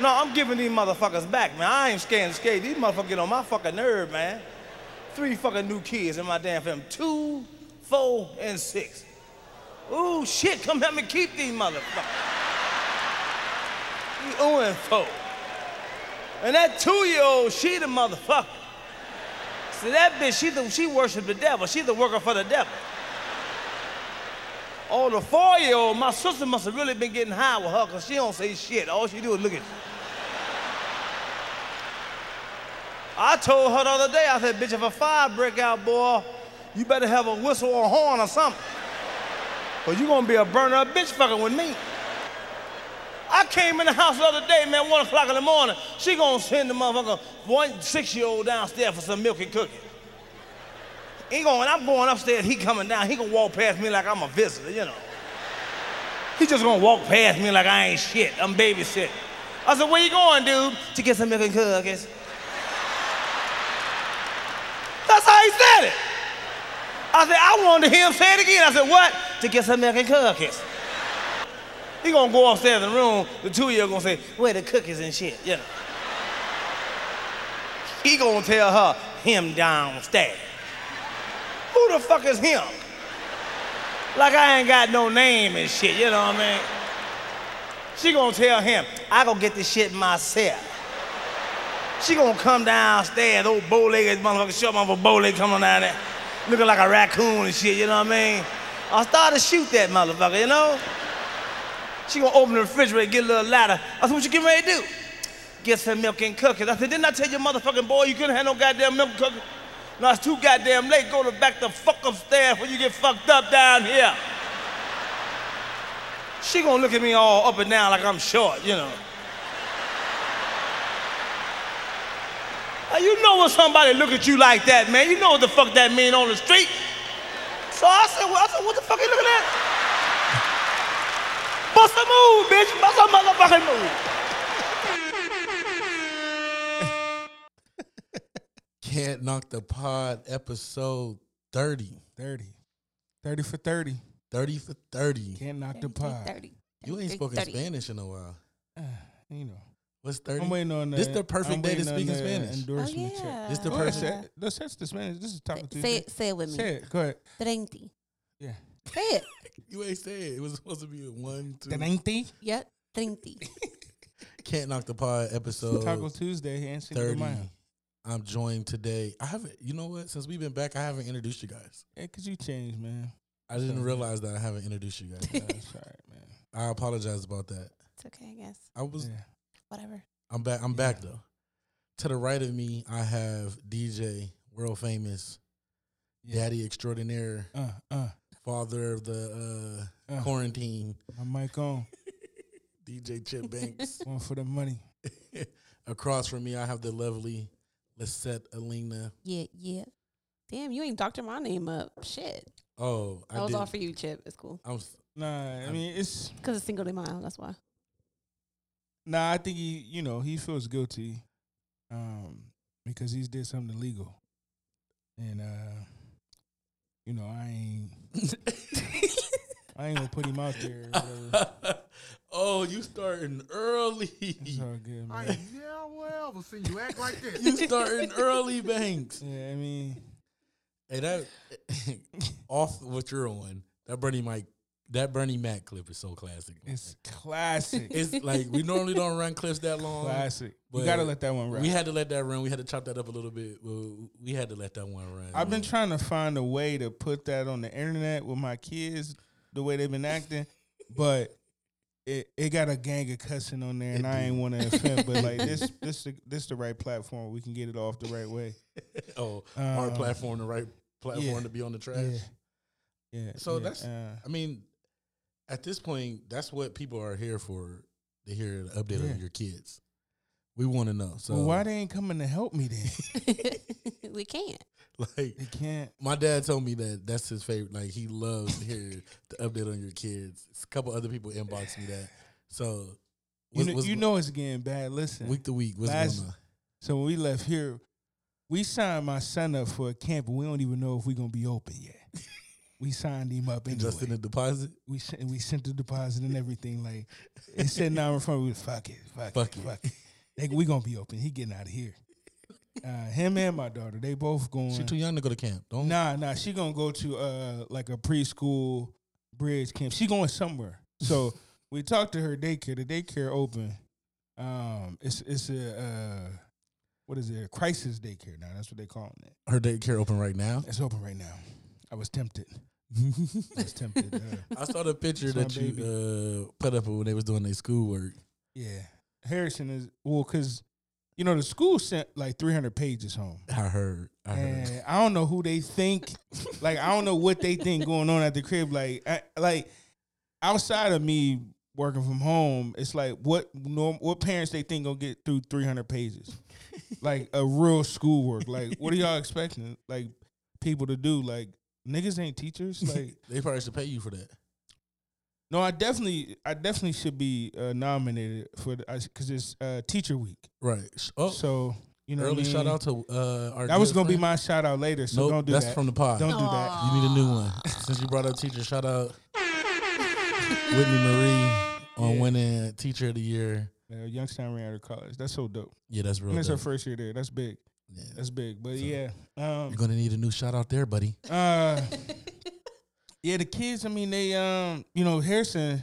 No, I'm giving these motherfuckers back, man. I ain't scared to skate. These motherfuckers get on my fucking nerve, man. Three fucking new kids in my damn family. Two, four, and six. Ooh, shit, come help me keep these motherfuckers. These ooh and four. And that two-year-old, she the motherfucker. See, that bitch, she, the, she worship the devil. She the worker for the devil. Oh, the four-year-old, my sister must have really been getting high with her, because she don't say shit. All she do is look at you. I told her the other day, I said, bitch, if a fire break out, boy, you better have a whistle or a horn or something. Cause you gonna be a burner up bitch fucking with me. I came in the house the other day, man, one o'clock in the morning. She gonna send the motherfucker one six-year-old downstairs for some milk and cookies. He going, I'm going upstairs, he coming down, he gonna walk past me like I'm a visitor, you know. He just gonna walk past me like I ain't shit. I'm babysitting. I said, where you going, dude? To get some milk and cookies. That's how he said it. I said, I wanted to hear him say it again. I said, what? To get some milk and cookies. He gonna go upstairs in the room, the two-year gonna say, where the cookies and shit, you know. He gonna tell her, him downstairs. Who the fuck is him? Like I ain't got no name and shit, you know what I mean? She gonna tell him, I gonna get this shit myself. She gonna come downstairs, old bow-legged motherfucker, short motherfucker, bow-legged coming down there, looking like a raccoon and shit, you know what I mean? I started to shoot that motherfucker, you know? She gonna open the refrigerator, get a little ladder. I said, what you getting ready to do? Get some milk and cookies. I said, didn't I tell your motherfucking boy you couldn't have no goddamn milk and cookies? No, it's too goddamn late. Go to back the fuck upstairs when you get fucked up down here. She gonna look at me all up and down like I'm short, you know. Now, You know when somebody look at you like that, man. You know what the fuck that mean on the street. So I said, well, I said, what the fuck you looking at? Bust a move, bitch. Bust a motherfucking move. Can't knock the pod episode 30. 30. 30 for 30. 30 for 30. Can't knock the pot. You ain't spoken Spanish in a while. You know. What's 30? I'm waiting on This the I'm perfect day to waiting speak on in the Spanish. Endorsement Oh, check. yeah. This the Go ahead, perfect. say it. Let's touch the Spanish. This is Taco Tuesday. Say it, say it with me. Say it. Go ahead. 30. Yeah. Say it. You ain't say it. It was supposed to be a one, two. 90. Yep. 30. Can't knock the pod Taco episode Tuesday and Cinco de 30. Mayo. I'm joined today. I haven't, you know what? Since we've been back, I haven't introduced you guys. Hey, could you change, man? I didn't realize that I haven't introduced you guys. That's all right, man. I apologize about that. It's okay, I guess. I was Yeah. Whatever. I'm back. I'm back though. To the right of me, I have DJ, world famous, Yeah. daddy extraordinaire, Uh, uh, father of the uh, Uh. quarantine, my mic on. DJ Chip Banks. One for the money. Across from me, I have the lovely Lisette Alina. Yeah, yeah. Damn, you ain't doctor my name up. Shit. Oh, That I was did. all for you, Chip. It's cool. I'm s- Nah, I I'm- mean, it's. Because it's single day mile. That's why. Nah, I think he, you know, he feels guilty, um, because he's did something illegal, and uh, you know, I ain't, I ain't gonna put him out there. or whatever. oh, you starting early. It's Uh-huh. all good, I man. ain't yeah, well ever seen you act like this. you starting early, Banks. Yeah, I mean, Hey, that off what you're on. That Bernie Mike, that Bernie Mac clip is so classic. man. it's classic, It's like we normally don't run clips that long. classic. You but gotta let that one ride. We had to let that run. We had to chop that up a little bit. Well, we had to let that one run. I've been trying to find a way to put that on the internet with my kids, the way they've been acting, but it it got a gang of cussing on there, and It I do. ain't want to offend. But like this, this the- this the right platform. We can get it off the right way. oh, our Uh, platform, the right platform yeah. to be on the trash. Yeah. yeah So yeah, that's- uh, I mean, at this point, that's what people are here for. To hear the update Yeah. of your kids. We want to know. So well, why they ain't coming to help me then? we can't. like they can't. My dad told me that that's his favorite. Like he loves to hear the update on your kids. A couple other people inboxed me that. So You what's- know, what's- you know it's getting bad. Listen. week to week, what's last- going on? so when we left here, we signed my son up for a camp, and we don't even know if we're gonna be open yet. we signed him up anyway. Just in the deposit. we sent we sent the deposit and everything. Like it's sitting down in front of us. Fuck it, fuck, Fuck it, it. fuck it. Like we gonna be open. He getting out of here. Uh, him and my daughter, they both going. She too young to go to camp. Don't. Nah, nah. She gonna go to uh like a preschool bridge camp. She going somewhere. So we talked to her daycare. The daycare open. Um, it's it's a uh, what is it? A crisis daycare now. That's what they calling it. Her daycare open right now. It's open right now. I was tempted. I was tempted. Uh, I saw the picture It's my that you uh, put up when they was doing their schoolwork. yeah, Harrison is well because you know the school sent like three hundred pages home. I heard. I heard. And I don't know who they think. like I don't know what they think going on at the crib. Like I, like outside of me working from home, it's like what norm, what parents they think gonna get through three hundred pages, like a real schoolwork. Like what are y'all expecting? Like people to do? Like niggas ain't teachers. Like They probably should pay you for that. no, I definitely I definitely should be uh, nominated for because it's uh, Teacher Week. Right. Sh- Oh, So you know what I early mean? shout out to uh, our. That was good gonna be friend. my shout out later. So Nope, don't do that's that. from the pod. don't do that. You need a new one. Since you brought up teacher, shout out Whitney Marie on Yeah. winning Teacher of the Year. Yeah, Youngstown ran out of college. That's so dope. Yeah, that's And real. it's her dope. first year there. That's big. Yeah. That's big. But So- yeah. Um You're gonna need a new shout out there, buddy. uh Yeah, the kids, I mean, they um, you know, Harrison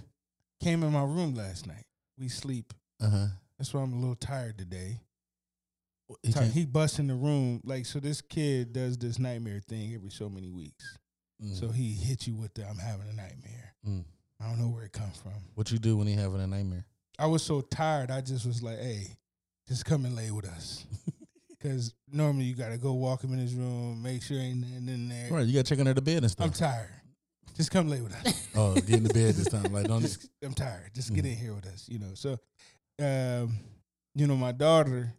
came in my room last night. We sleep. Uh huh. That's why I'm a little tired today. He Tired. came- He busts in the room. Like, so this kid does this nightmare thing every so many weeks. Mm, So he hits you with the I'm having a nightmare. mm. I don't know where it comes from. What you do when he having a nightmare? I was so tired. I just was like, "Hey, just come and lay with us," because normally you gotta go walk him in his room, make sure ain't nothing in there. Right, you gotta check under the bed and I'm stuff. tired. Just come lay with us. oh, get in the bed this time. Like, don't. Just- I'm tired. Just get in here with us. You know. So, um, you know, my daughter,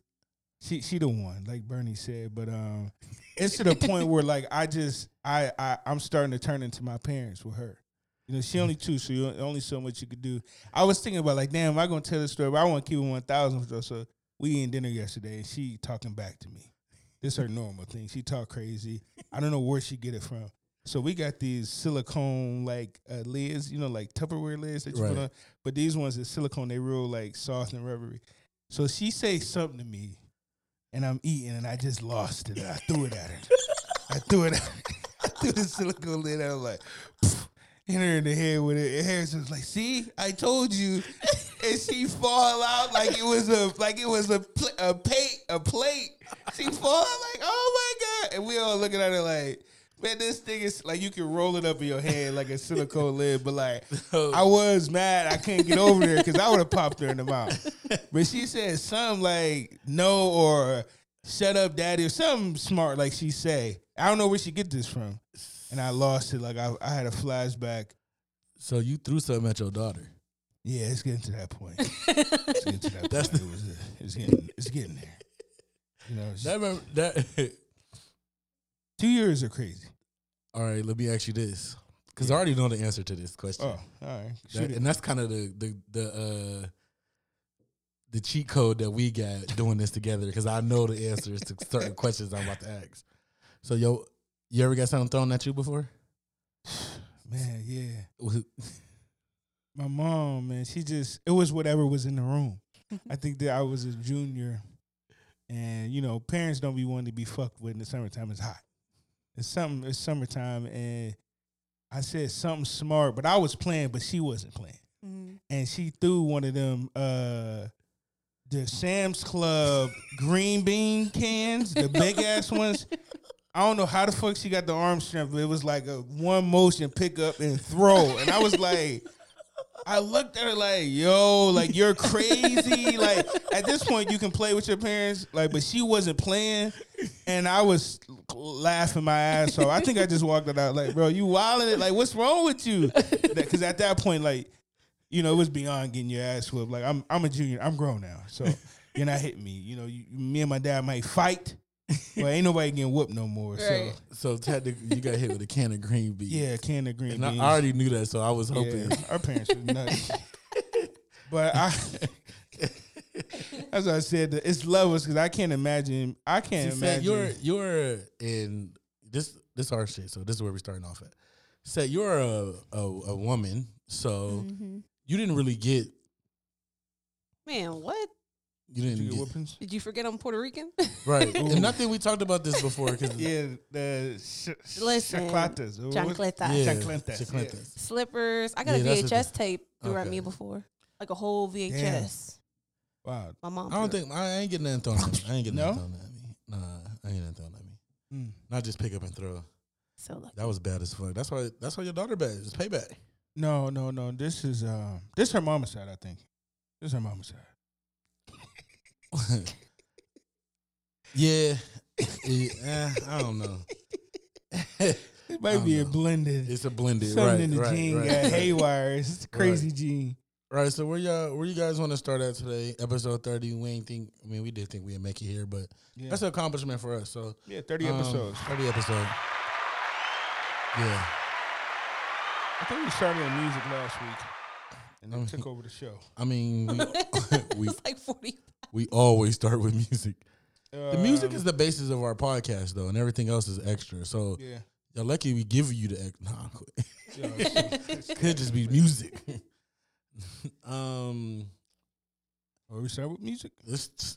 she she the one, like Bernie said. But um, it's to the point where like I just I, I I'm starting to turn into my parents with her. You know, she only two, so you only so much you could do. I was thinking about like, damn, am I gonna tell this story? But I want to keep it one thousand with her. So we eating dinner yesterday, and she talking back to me. This her normal thing. She talk crazy. I don't know where she get it from. So we got these silicone like uh, lids, you know, like Tupperware lids that you Right. put on. But these ones is silicone. They real like soft and rubbery. So she say something to me, and I'm eating, and I just lost it. I threw it at her. I threw it. At her. I threw the silicone lid. I was like, "Pff," hit her in the head with it. And Harrison was like, "See, I told you." And she fall out like it was a like it was a pl- a plate a plate. She fall out like, "Oh my god!" And we all looking at her like. Man, this thing is like you can roll it up in your hand like a silicone lid, but like I was mad I couldn't get over there because I would have popped her in the mouth. But she said something like no or shut up, daddy, or something smart like she say. I don't know where she get this from, and I lost it. Like I, I had a flashback. So you threw something at your daughter. Yeah, it's getting to that point. It's getting to that point. It was, uh, it's getting it's getting there. You know, it's- That remember, that. two years are crazy. All right, let me ask you this, because I already know the answer to this question. Oh, all right. That- Shoot it. and that's kind of the the the uh, the cheat code that we got doing this together because I know the answers to certain questions I'm about to ask. So yo, you ever got something thrown at you before? Man, yeah. Was- my mom, man, she just it was whatever was in the room. I think that I was a junior, and you know, parents don't be wanting to be fucked with in the summertime. It's hot. It's something. It's summertime, and I said something smart, but I was playing, but she wasn't playing, Mm-hmm. and she threw one of them. uh the Sam's Club green bean cans, the big ass ones. I don't know how the fuck she got the arm strength, but it was like a one motion pick up and throw. And I was like, I looked at her like, yo, like you're crazy. like at this point, you can play with your parents. Like, but she wasn't playing, and I was laughing my ass off. I think I just walked it out like, bro, you wilding it. Like, what's wrong with you? Because at that point, like, you know, it was beyond getting your ass whooped. Like, I'm I'm a junior. I'm grown now, so you're not hitting me. You know, you, me and my dad might fight, but ain't nobody getting whooped no more. So Right. so technically, you got hit with a can of green beans. yeah, can of green and I beans. already knew that, so I was hoping. Yeah, our parents were nuts. but I, as I said, it's levels because I can't imagine. I can't See, Sam, imagine. you're you're in this this our shit. So this is where we're starting off at. say you're a a, a woman, so Mm-hmm. you didn't really get Man, what? you didn't You get, get whoopings? Did you forget I'm Puerto Rican? right. and nothing we talked about this before because Yeah, the sh- Listen, chaclatas. or what- chancleta. Yeah, Chancletas, chancletas. Slippers. I got Yeah, a that's a VHS tape threw at okay. me before. Like a whole VHS. Wow. My mom. I don't threw it. think I ain't getting nothing thrown at me. I ain't getting No? nothing thrown at me. Nah, I ain't getting nothing thrown at me. Mm. Not just pick up and throw. so lucky. That was bad as fuck. That's why. That's why your daughter bad. It's payback. No, no, no. This is um, this her mama's side, I think. This is her mama's side. yeah. Yeah, eh, I don't know. It I might don't be a know. blended. It's a blended. Something right, in the right, gene right, got right. haywire. It's crazy gene. Right, so where y'all where you guys want to start at today? Episode thirty. We ain't think I mean we did think we'd make it here, but Yeah. that's an accomplishment for us. So yeah, 30 um, episodes. Thirty episodes. Yeah. I think we started on music last week and then Um, took over the show. I mean we, we It's like 40. we always start with music. The music Um, is the basis of our podcast though, and everything else is extra. So Yeah. y'all lucky we give you the ex- nah, I'm quit. yeah, it's- it's- could just be music. um Well, we start with music. it's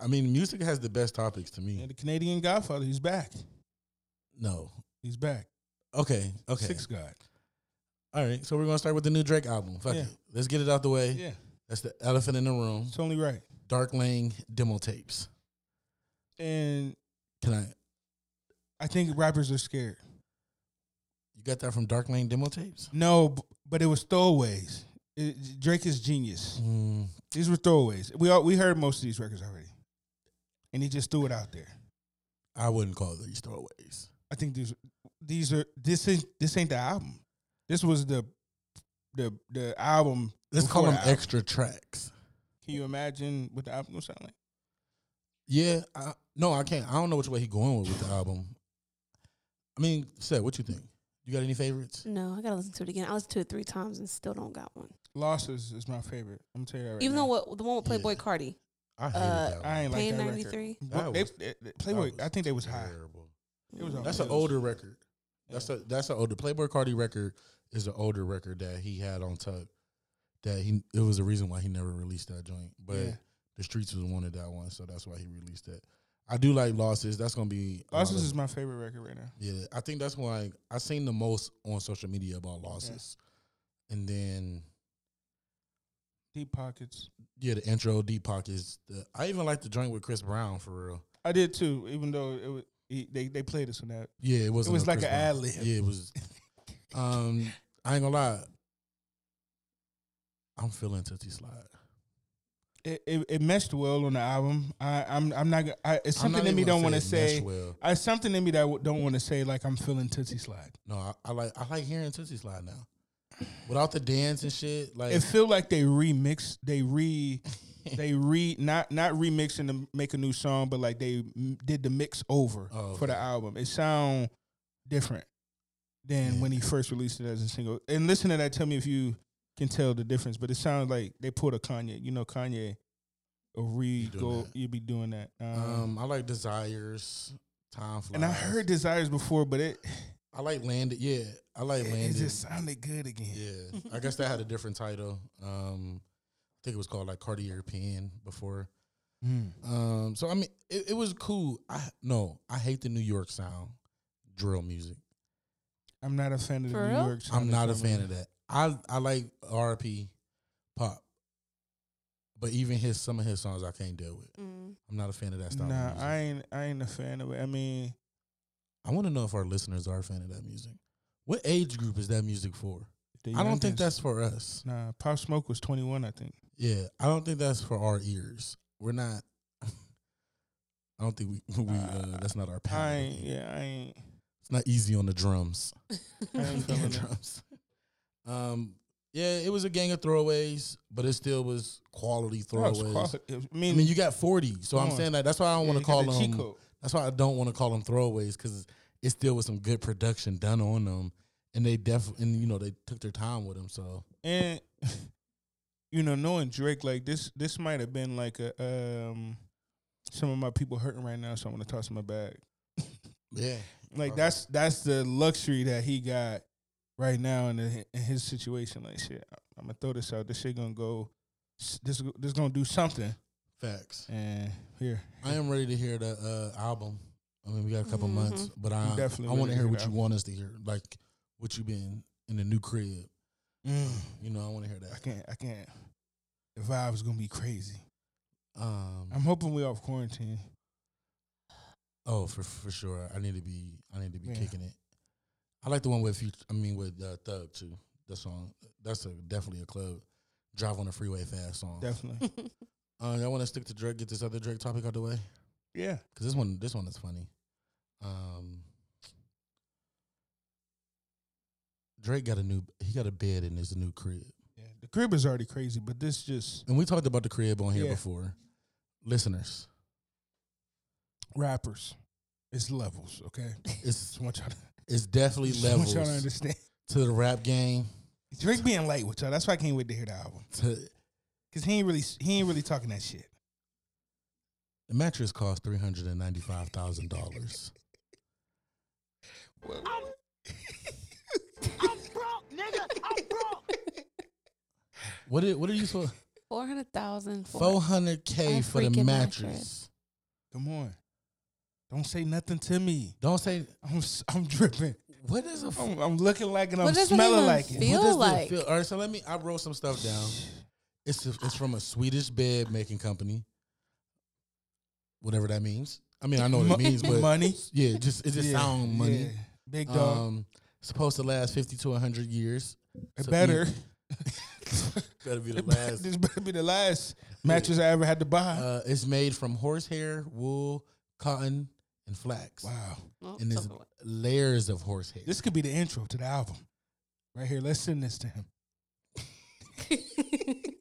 I mean music has the best topics to me. And the Canadian Godfather, he's back. No. He's back. Okay, okay. Six God. All right, so we're gonna start with the new Drake album. Fuck Yeah. it, let's get it out the way. Yeah. That's the elephant in the room. It's only right. Dark Lane demo tapes. And Can I? I think rappers are scared. You got that from Dark Lane demo tapes? No, b- but it was throwaways. It- Drake is genius. Mm, These were throwaways. We all, we heard most of these records already, and he just threw it out there. I wouldn't call these throwaways. I think these these are this ain't this ain't the album. This was the the the album. Let's call before them the album. extra tracks. Can you imagine what the album gonna sound like? Yeah, I, no, I can't. I don't know which way he going with, with the album. I mean, Seth, what you think? You got any favorites? No, I gotta listen to it again. I listened to it three times and still don't got one. Losses is my favorite. I'm gonna tell you that right Even now. though what the one with Playboy Yeah. Cardi. I hated Uh, that one. I ain't like Pain that 93? record. That But they- was- they- they- Playboy, That I was think they was high. terrible. It was Mm. on That's an It was- older record. That's Yeah. a that's an older Playboy Cardi record is an older record that he had on tuck. That he it was the reason why he never released that joint. But Yeah. the streets was wanted that one, so that's why he released that. I do like losses. That's gonna be a lot Losses of- is my favorite record right now. yeah. I think that's why I seen the most on social media about losses, and then Deep Pockets. yeah, the intro deep pockets. The, I even like the joint with Chris Brown for real. I did too, even though it was he, they they played us on that. Yeah, it was. It was like an ad lib. Yeah, it was. Um, I ain't gonna lie. I'm feeling Tootsie Slide. It, it it meshed well on the album. I I'm I'm not. gonna- I, it's I'm not something in even me gonna don't want to it meshed say. Well. I something in me that w- don't want to say like I'm feeling Tootsie Slide. No, I, I like I like hearing Tootsie Slide now, without the dance and shit. Like It feel like they remix. They re. They re not not remixing to make a new song, but like they m- did the mix over Oh, for the okay. album. It sound different than Yeah. when he first released it as a single. And listen to that. Tell me if you can tell the difference. But it sounds like they pulled a Kanye. You know, Kanye will re doing go. that. You be doing that. um, um, I like Desires, Time Flies, and I heard Desires before, but it I like Landed. Yeah, I like it Landed. just sounded good again. yeah, I guess that had a different title. Um, I think it was called like Cartier Pen before. Mm. Um, so I mean, it, it was cool. I no, I hate the New York sound, drill music. I'm not a fan of For the New real? York. I'm sounding not a formula. fan of that. I I like R.P. Pop, but even his some of his songs I can't deal with. Mm. I'm not a fan of that style. Nah, of music. I ain't. I ain't a fan of it. I mean, I want to know if our listeners are a fan of that music. What age group is that music for? the I don't think youngins- that's for us. Nah, Pop Smoke was 21, I think. Yeah, I don't think that's for our ears. We're not. I don't think we. we uh, that's not our I pattern. ain't. Yeah, I ain't. It's not easy on the drums. I ain't Yeah, feeling it. drums. Um, yeah, it was a gang of throwaways, but it still was quality Oh, it's throwaways. quality. I I mean, mean, you got forty, so I'm Come on. saying that. That's why I don't want to call them. Chico. That's why I don't want to call them throwaways because it still was some good production done on them, and they def and you know they took their time with them. So And you know, knowing Drake, like this, this might have been like a um, some of my people hurting right now, so I'm gonna toss in my bag. yeah, Like Right. that's that's the luxury that he got right now in, the, in his situation, like shit, I'm gonna throw this out. This shit gonna go. s- This this gonna do something. Facts. And here, I am ready to hear the uh, album. I mean, we got a couple Mhm. months, but I I'm definitely I want ready to to hear hear what the you album. want us to hear, like what you been in the new crib. You know, I want to hear I that. can't. I can't. The vibe is gonna be crazy. Um, I'm hoping we off quarantine. oh, for for sure. I need to be I need to be Yeah. kicking it. I like the one with future. I mean, with uh, Thug too. That song. That's a, definitely a club. Drive on the freeway fast song. Definitely. Uh, y'all want to stick to Drake? Get this other Drake topic out the way yeah. because this one this one is funny. Um, Drake got a new he got a bed in his new crib. Yeah. The crib is already crazy, but this just And we talked about the crib on here Yeah. before. Listeners, rappers. It's levels, okay? it's Just want y'all to, it's definitely just want levels y'all to understand. to the rap game. Drake being light with y'all. That's why I can't wait to hear the album. To Cause he ain't really he ain't really talking that shit. the mattress cost three hundred and ninety five thousand dollars. What did what are you for? Four hundred thousand. Four hundred A k for the freaking mattress. mattress. Come on. Don't say nothing to me. Don't say I'm s- I'm dripping. what is a. f- I'm, I'm looking like it. What I'm does it smelling even like it. feel what does like? It feel? All right, so let me. I wrote some stuff down. It's a, it's from a Swedish bed making company. Whatever that means. I mean, I know what it Mo- means, but money. yeah, just it just Yeah, sound money. yeah. Big dog. Um, supposed to last fifty to hundred years. so better. Better be the last. this better be the last mattress I ever had to buy. Uh, it's made from horsehair, wool, cotton, and flax. wow. Oh, And there's layers of horsehair. This could be the intro to the album. Right here. Let's send this to him.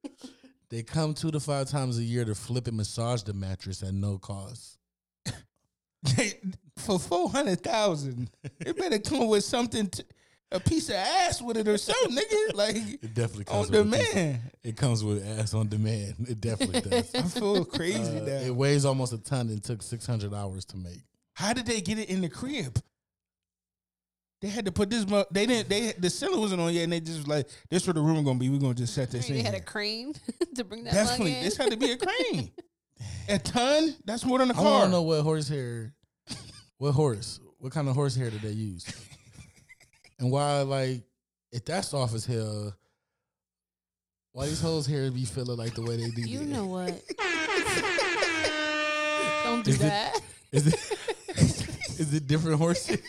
They come two to five times a year to flip and massage the mattress at no cost. For four hundred thousand. It better come with something to, a piece of ass with it or something, nigga. Like It definitely on comes with a piece of- demand. It comes with ass on demand. It definitely does. I feel crazy Uh, now. it weighs almost a ton and took six hundred hours to make. How did they get it in the crib? They had to put this. Mo- they didn't. They the ceiling wasn't on yet, and they just like this. Where the room gonna be? We are gonna just set this They in. had a here. crane to bring that Definitely, mug in. this had to be a crane. a ton. That's more than a I car. want to know what horsehair, what horse, what kind of horsehair did they use, and why like if that's off as hell, why these hoes hair be feeling like the way they do? you that? know what? Don't do Is it- that. is it is it different horses?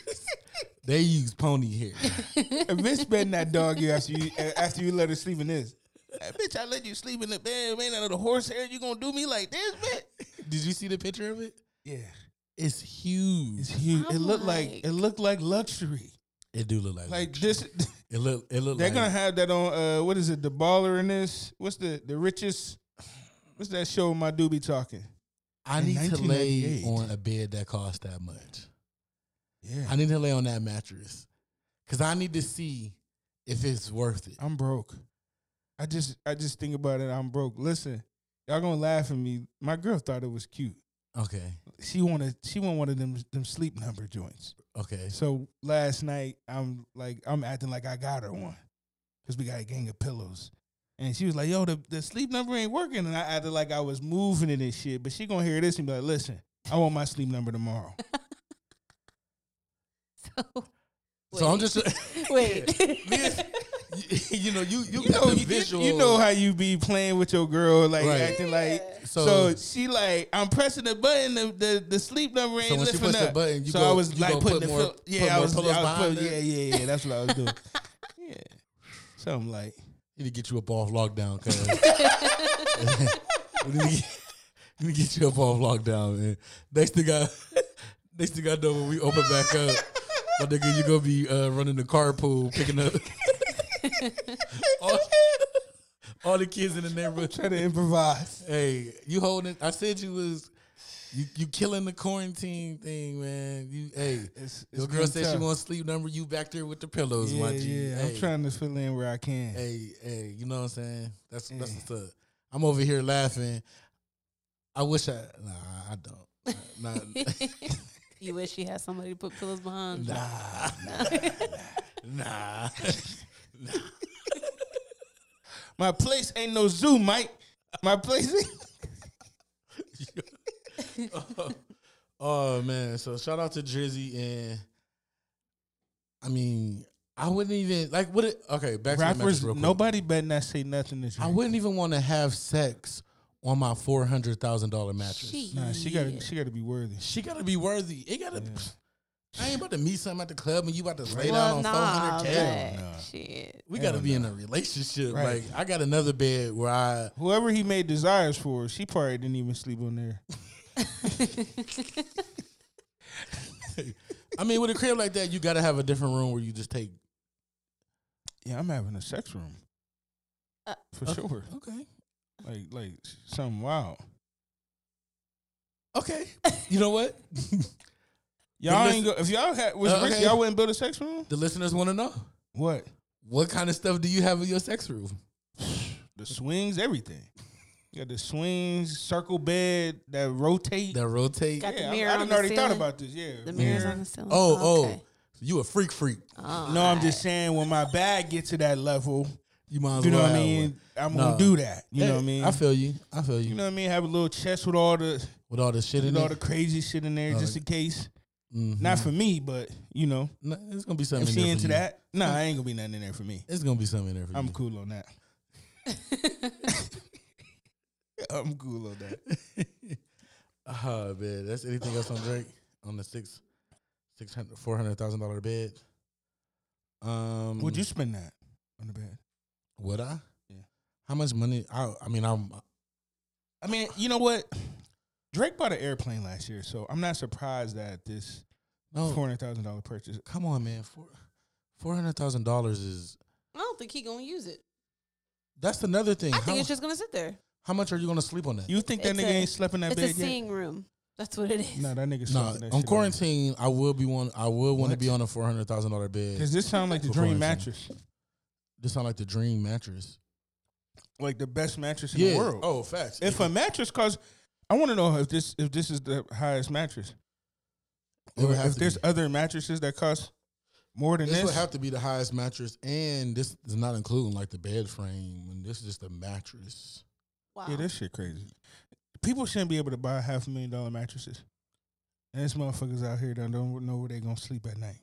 they use pony hair. A bitch better not dog you after you after you let her sleep in this. Hey, bitch, I let you sleep in the bed, man. Out of the horse hair, you gonna do me like this, bitch? Did you see the picture of it? Yeah, It's huge. it's huge. I'm it looked like, like- it looked like luxury. it do look like Like luxury. this, It look it look they're like gonna have that on. uh What is it? The baller in this? What's the the richest? What's that show? My dude be talking. I in need to lay 1998. on a bed that costs that much. Yeah, I need to lay on that mattress because I need to see if it's worth it. I'm broke. I just I just think about it. I'm broke. Listen, y'all gonna laugh at me. My girl thought it was cute. Okay, She wanted she wanted one of them them sleep number joints. okay. So last night I'm like I'm acting like I got her one because we got a gang of pillows. And she was like, "Yo, the, the sleep number ain't working," and I acted like I was moving it and shit. But she gonna hear this and be like, "Listen, I want my sleep number tomorrow." So I'm just wait. you, you know you you, You got know, the you, visual. you know how you be playing with your girl, like Right. acting like. so So, she like, I'm pressing the button, the the, the sleep number ain't when she lifting push up. the button, you so go- I was you like go putting put the more- fill- yeah, put I more was, I pillows was behind putting, yeah, her? yeah, yeah. That's what I was doing. yeah, something like. need to get you up off lockdown, cuz we need to get- we need to get you up off lockdown, man. Next thing I next thing I know, when we open back up, my nigga, you gonna be uh, running the carpool, picking up all, all the kids in the neighborhood. Try to improvise. Hey, you holding? I said you was you you killing the quarantine thing, man. You hey, It's, it's your girl been said she tough. wants sleep number. You back there with the pillows, Yeah, my G. yeah. Hey, I'm trying to fill in where I can. Hey, hey, you know what I'm saying? That's that's Mm. what's up. I'm over here laughing. I wish I nah, I don't. Nah, nah, you wish you had somebody to put pillows behind. nah. Nah. My place ain't no zoo, Mike. My place ain't. oh man. So shout out to Drizzy and I mean, I wouldn't even like what it okay, back to the Rappers, message real quick. nobody better not say nothing to you. I wouldn't even want to have sex on my four hundred thousand dollar mattress. She, Nah, she gotta, she gotta be worthy. She gotta be worthy. It gotta. I ain't about to meet something at the club and you about to lay down well, on four nah, hundred k. but shit. We gotta be in a relationship. Right. Like I got another bed where I Whoever he made desires for, she probably didn't even sleep on there. I mean, with a crib like that, you gotta have a different room where you just take. Yeah, I'm having a sex room. Uh, for sure. Okay. Like, like something wild. Okay. You know what? Y'all listen- ain't go, if y'all had, was Uh, rich, okay. y'all wouldn't build a sex room? the listeners want to know What? what kind of stuff do you have in your sex room? The swings, everything. You got the swings, circle bed that rotate. That rotate. Got yeah, the mirror I, I on done the already thought ceiling. about this. Yeah, The mirror's on the ceiling. oh, Okay. oh, you a freak, freak. Oh, No, I'm alright. just saying when my bag get to that level, You might as you know well. what I have mean. one. I'm Nah. gonna do that. You know Hey, what I mean. I feel you. I feel you. you know what I mean. Have a little chest with all the with all the shit in with all it, the crazy shit in there, Oh, just in case. Mhm. Not for me, but you know, Nah, it's gonna be something. if in she there for into you. that, nah, I ain't gonna be nothing in there for me. it's gonna be something in there for I'm you. cool on that. I'm cool on that. Oh man, that's anything else on Drake on the six, six hundred, four hundred thousand dollar bed. Um, Would you spend that on the bed? Would I? Yeah. How much money? I I mean, I'm I mean, you know what? Drake bought an airplane last year, so I'm not surprised that this no. four hundred thousand dollar purchase. come on, man. Four four hundred thousand dollars is I don't think he gonna use it. that's another thing. I how, think it's just gonna sit there. how much are you gonna sleep on that? You think that It's nigga a- ain't slept in that It's a bed yet? seeing room. That's what it is. No, that nigga no, slept in that on shit quarantine, I will be one. I will want to What? be on a four hundred thousand dollar Because bed. this sound like the Before dream it's in. mattress, This sound like the dream mattress like the best mattress in the world. Oh, facts. If a mattress costs, I want to know if this if this is the highest mattress, It would or have if to there's be. other mattresses that cost more than This this. would have to be the highest mattress, and this is not including like the bed frame, and this is just a mattress. wow. yeah, this shit crazy. People shouldn't be able to buy half a million dollar mattresses, and there's motherfuckers out here that don't know where they gonna sleep at night.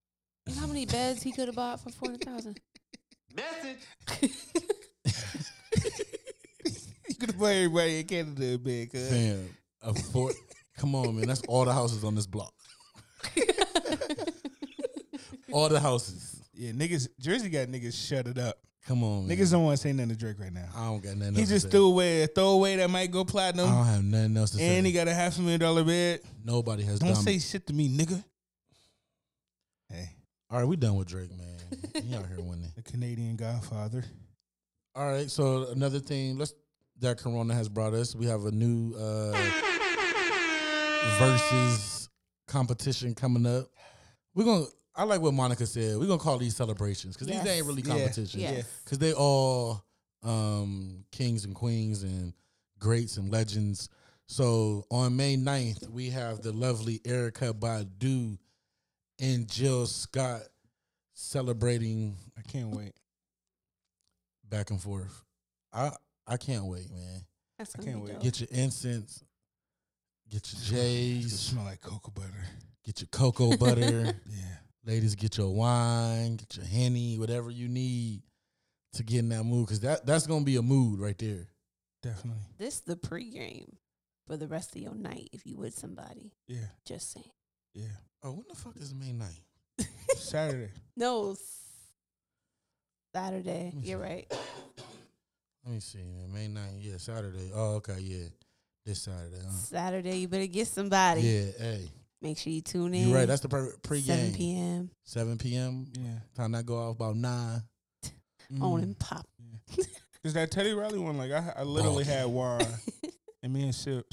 You know how many beds he could have bought for four hundred thousand? you could buy everybody in Canada a bed, cause Damn, a four. come on, man. That's all the houses on this block. all the houses. yeah, niggas Jersey got niggas shut it up. Come on, man. Niggas don't want to say nothing to Drake right now. I don't got nothing. He else to just say. threw away a throwaway that might go I platinum, don't have nothing else to say. and he got a half a million dollar bed. Nobody has Don't done. say shit to me, nigga. Hey, all right, we done with Drake, man. He out here winning. the Canadian Godfather. All right, so another thing, let's that Corona has brought us. We have a new uh versus competition coming up. We're gonna. I like what Monica said. We're gonna call these celebrations because Yes. these ain't really Yeah, competitions. Yes. because they all um, kings and queens and greats and legends. So on May 9th, we have the lovely Erica Badu and Jill Scott celebrating I can't wait. back and forth. I I can't wait, man. That's I gonna can't be wait. dope. Get your incense, get your It J's, smell like cocoa butter. get your cocoa butter. Yeah. Ladies, get your wine, get your henny, whatever you need to get in that mood. Cause that, that's gonna be a mood right there. Definitely. This the pregame for the rest of your night if you with somebody. Yeah. Just saying. Yeah. Oh, when the fuck is May 9th? Saturday. No. s- Saturday. me You're see. Uh, right. Let me see, man. May 9th, yeah, Saturday. Oh, okay, yeah. This Saturday, huh? Saturday, you better get somebody. Yeah, hey. Make sure you tune in. You're right. That's the perfect pregame. 7 p.m. 7 p.m. Yeah. Time that go off about 9. Mm. on and pop. Cause that Teddy Riley one, like I, I literally Ball. had wine, and me and Sid,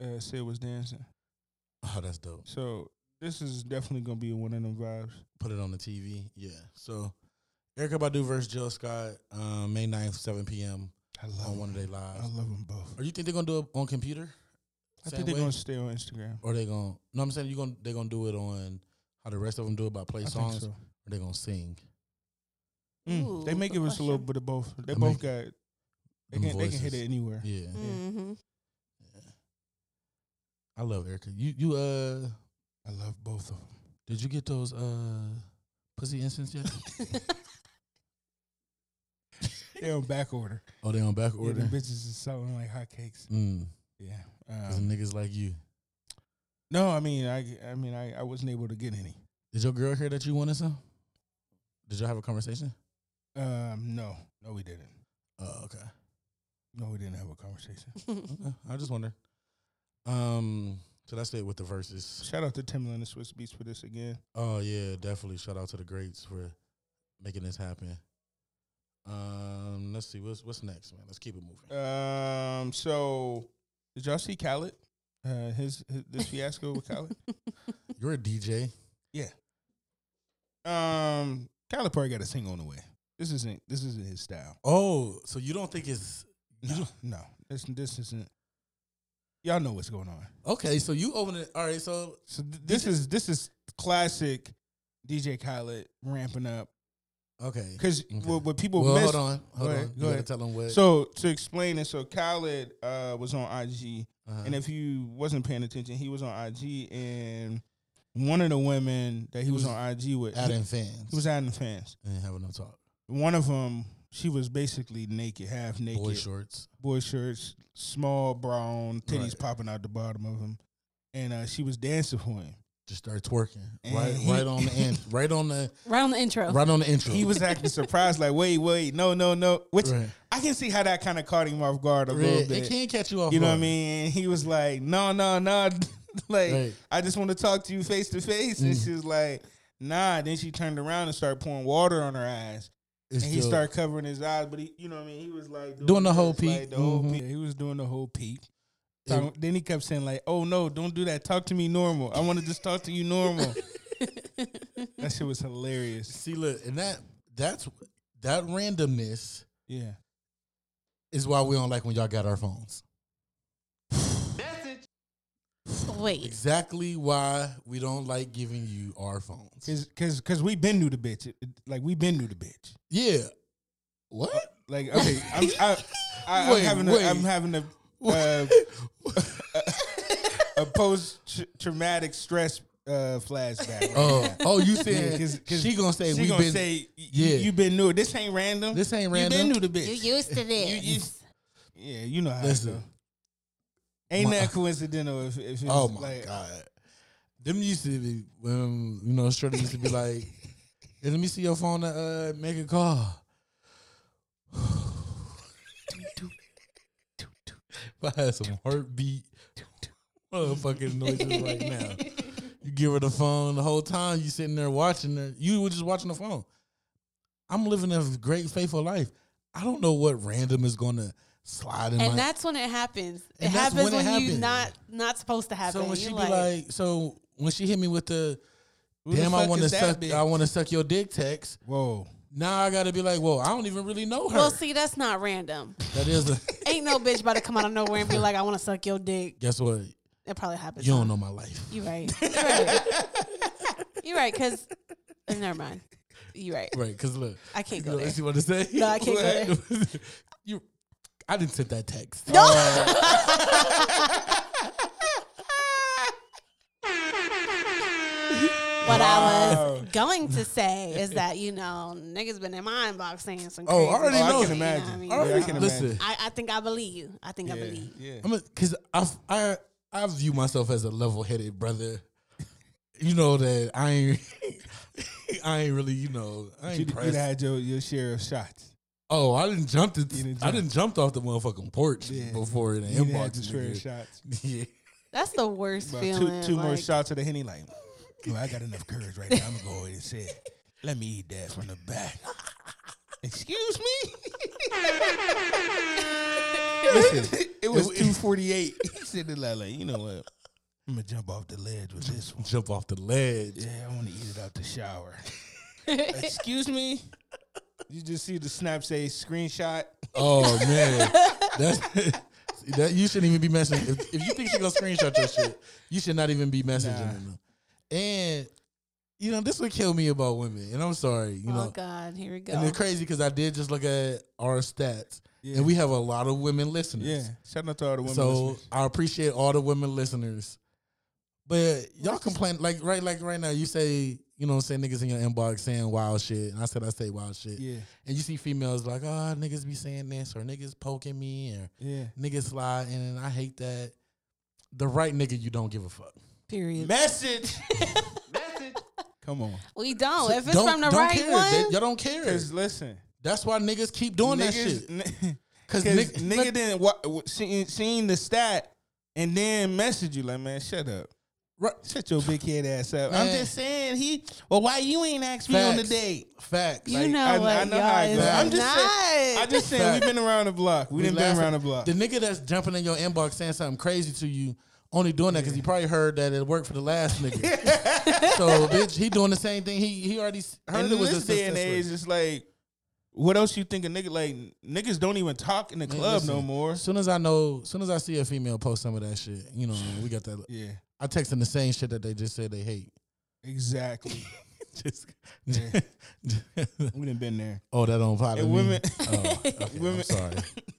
uh, Sid was dancing. Oh, that's dope. So this is definitely gonna be one of them vibes. Put it on the TV. Yeah. So, Erica Badu versus Jill Scott, um, May 9th, 7 p.m. I love. on one of them. their I lives. love them both. Or you think they're going to do it on computer? I Same think they're way? gonna stay on Instagram. Or they going to, no, I'm saying you're gonna, they're going to do it on how the rest of them do it by play I think songs. so. Or they gonna sing. Mm, they Ooh, may good give us a little question. bit of both. They I both make- got. They Them can, they can hit voices. it anywhere. Yeah. Mm-hmm. I love Erica. You you uh I love both of them. did you get those uh pussy incense yet? They're on back order. oh, they on back Yeah, order. them bitches is selling like hotcakes. Mm. Yeah. 'cause Um, niggas like you. no, I mean, I, I mean, I, I wasn't able to get any. Did your girl hear that you wanted some? Did y'all have a conversation? Um, no, no, we didn't. Oh, okay. No, we didn't have a conversation. Okay. I just wonder. Um, so that's it with the verses. Shout out to Timlin and Swiss Beats for this again. Oh yeah, definitely. Shout out to the greats for making this happen. Um, let's see what's what's next, man. Let's keep it moving. Um, so did y'all see Khaled? Uh, his, his this fiasco with Khaled. You're a DJ. Um, Khaled probably got a single on the way. This isn't this isn't his style. Oh, so you don't think it's No, no, this this isn't. Y'all know what's going on. okay? So you open it. All right. So So th- this is this is classic DJ Khaled ramping up okay. because Okay. what, what people Well, miss. hold on, hold ahead, on. go You gotta ahead. tell them what. So to explain it, so Khaled uh, was on IG, uh-huh. and if you wasn't paying attention, he was on IG, and one of the women that he was, was on IG with, adding fans, he was adding fans. and having no talk, One of them, she was basically naked, half naked, boy shorts. boy shirts, small brown titties Right. popping out the bottom of him, and uh, she was dancing for him. Just start twerking And right, he- right on the end, right on the, Right on the intro. right on the intro. He was acting surprised, like, wait, wait, no, no, no. Which Right. I can see how that kind of caught him off guard a little Red, bit. It can't catch you off. You know what I guard. mean? And he was like, no, no, no. like, Right. I just want to talk to you face to face. And Mm. she was like, nah. Then she turned around and started pouring water on her eyes. It's and he still- started covering his eyes. But he, you know what I mean? He was like, Doing the whole this, like, peep. the whole Mhm. peep. He was doing the whole peep. It- Talking- then he kept saying, like, oh, no, don't do that. Talk to me normal. I want to just talk to you normal. that shit was hilarious. see, look, and that that's that randomness Yeah. is why we don't like when y'all got our phones. Wait. Exactly why we don't like giving you our phones. Cause, cause, cause we been knew the bitch. It- it- Like we been knew the bitch. yeah. What? Like okay, I'm I, I, Wait, I'm having wait. a, I'm having a uh, a post traumatic stress uh, flashback. Oh, oh, you Yeah, said 'cause- 'cause she gonna say she we gonna been say yeah. yeah. you been new. This ain't random. This ain't You been random. new the bitch. used to this. yeah, you know how. Listen. Listen, ain't My- that coincidental? If, if it's Oh my like, god. Them used to be um, you know, Shredder used to be like, hey, let me see your phone to uh, make a call. if I had some heartbeat motherfucking noises right now. You give her the phone the whole time you sitting there watching her. You were just watching the phone. I'm living a great faithful life. I don't know what random is gonna slide in my And that's when it happens. It And that's happens when it when, you happens. not not supposed to happen. So when You she be like, so when she hit me with the who the damn, I fuck want to is that suck, bitch? I want to suck your dick text. Whoa, Now I gotta be like, whoa, I don't even really know her. well, see, that's not random. that is a Ain't no bitch about to come out of nowhere and be like, I want to suck your dick. guess what? It probably happens. You don't know my life. You right. You right. You right. Cause uh, never mind. You right. Right? Because look, I can't you go know there. what you want to say? No, I can't go you, I didn't send that text. Uh, No. What I was going to say is that you know niggas been in my inbox saying some. Oh, I crazy already know. I shit, you can what I imagine. mean? All right, Yeah, I can listen, I, I think I believe you. I think I believe. you. yeah. I'm because I I I view myself as a level headed brother. You know that I ain't I ain't really you know I ain't You, you pressed. had your your share of shots. Oh, I didn't jump the You didn't I didn't jumped off the motherfucking porch Yeah. before in the You had inbox. your share of nigga. shots. Yeah. That's the worst About feeling. two, two more like- shots of the henny, like, "Yo, I got enough courage right now. I'm gonna go ahead and say, it. let me eat that from the back. Excuse me. Listen, It was It- two forty eight. He said it like, like, you know what? I'm gonna jump off the ledge with this one. jump off the ledge. Yeah, I want to eat it out the shower. Excuse me. You just see the snap say screenshot. Oh man, that's see, that you shouldn't even be messaging. If, if you think she gonna screenshot your shit, you should not even be messaging Nah. them. And you know, this would kill me about women, and I'm sorry, you oh know. God, here we go. And it's crazy because I did just look at our stats, Yeah. and we have a lot of women listeners. yeah. Shout out to all the women. so listening. I appreciate all the women listeners. But y'all complain like right like right now you say you know what I'm saying niggas in your inbox saying wild shit and I said I say wild shit yeah, and you see females like oh niggas be saying this or niggas poking me or yeah. niggas sliding and I hate that the right nigga you don't give a fuck Period. Message. Come on, We don't. Oh, If it's Don't- from the don't right care. one, They- y'all don't care because listen, that's why niggas keep doing that niggas, shit n- because Cause nigga didn't wa- w- seen, seen the stat and then message you like, man, shut up. Right. Shut your big head ass up. I'm Man. just saying he. Well, why you ain't asked me on the Facts. date? facts you Like, know I- I what, know y'all. how it is goes. I'm just saying- not. I just saying we've been around the block. We, We done been laughing. around the block. The nigga that's jumping in your inbox saying something crazy to you, only doing that because he probably heard that it worked for the last nigga. so bitch, he doing the same thing. He he already s- heard and it was a this day and success age, rate. it's like, what else you think a nigga like? Niggas don't even talk in the Man, club no listen, more. As soon as I know, as soon as I see a female post some of that shit, you know, we got that. Yeah, I text them the same shit that they just said they hate. exactly. Just, Yeah. we done been there. oh, that don't bother And me. women- oh, okay, I'm Women- sorry.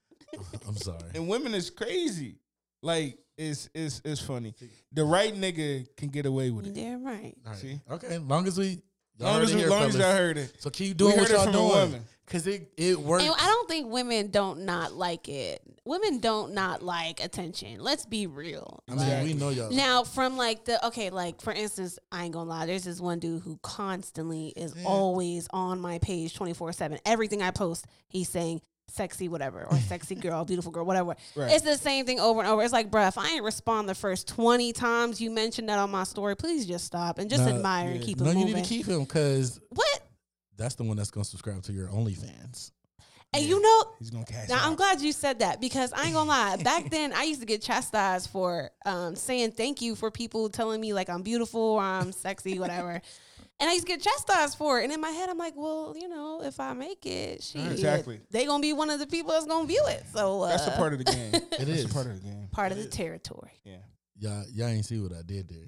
I'm sorry. And women is crazy. Like it's it's it's funny. The right nigga can get away with it. They're right. All right. See? Okay, long as we, y'all Long heard as, it we- here, long as fellas. I heard it. So keep doing We what heard it y'all from a doing woman. because it it works. And I don't think women don't not like it. Women don't not like attention. Let's be real. I mean, Exactly. we know y'all. Now, from like the okay, like for instance, I ain't gonna lie. There's this one dude who constantly is Mm. always on my page, twenty four seven. Everything I post, he's saying sexy whatever or sexy girl, beautiful girl, whatever. Right. It's the same thing over and over. It's like, bruh, if I ain't respond the first twenty times you mentioned that on my story, please just stop and just Nah, admire and yeah. keep it no, you moving. need to keep him because what? that's the one that's gonna subscribe to your OnlyFans. And you know, He's gonna cash Now out. I'm glad you said that because I ain't gonna lie. Back then, I used to get chastised for um, saying thank you for people telling me like I'm beautiful or I'm sexy, whatever. And I used to get chastised for it. And in my head, I'm like, well, you know, if I make it, she Exactly. they gonna be one of the people that's gonna view it. So uh, That's a part of the game. It That's is. a part of the game. part of the territory. Yeah. Y'all, y'all ain't see what I did there.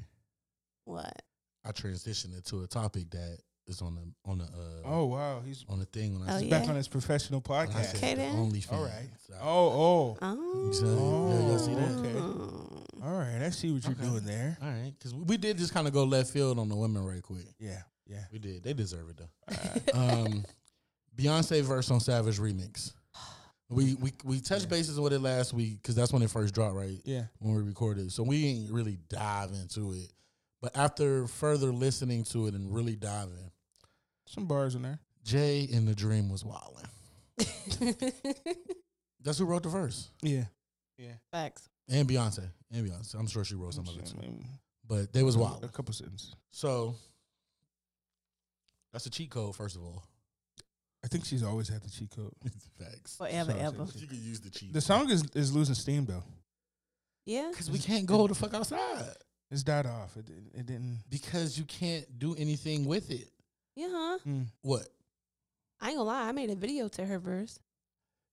What? I transitioned it to a topic that is on the on the uh, Oh wow, he's on the thing when I Oh, said, yeah. back on his professional when I podcast. said Okay, the then. OnlyFans. All right. So, Oh Oh, so, yeah, y'all see that? okay. oh, all right. I see what you're doing there. All right, because we did just kind of go left field on the women right quick. Yeah. Yeah. We did. They deserve it though. um, Beyonce verse on Savage remix. We we we touched bases with it last week because that's when it first dropped, right? Yeah. when we recorded. So we ain't really dive into it. But after further listening to it and really diving, Some bars in there. Jay in the Dream was wilding. Oh. That's who wrote the verse. Yeah. Facts. And Beyonce. And Beyonce. I'm sure she wrote some of it. too. Mm, But they was A wild. couple sentences. So that's a cheat code, first of all. I think she's always had the cheat code. Facts. Forever, Sorry, ever. sorry. You could use the cheat. The song is, is losing steam though. Yeah. Because we can't go the fuck outside. It's died off. It, didn't- it didn't. Because you can't do anything with it. Yeah. Huh? Mm. What? I ain't gonna lie. I made a video to her verse.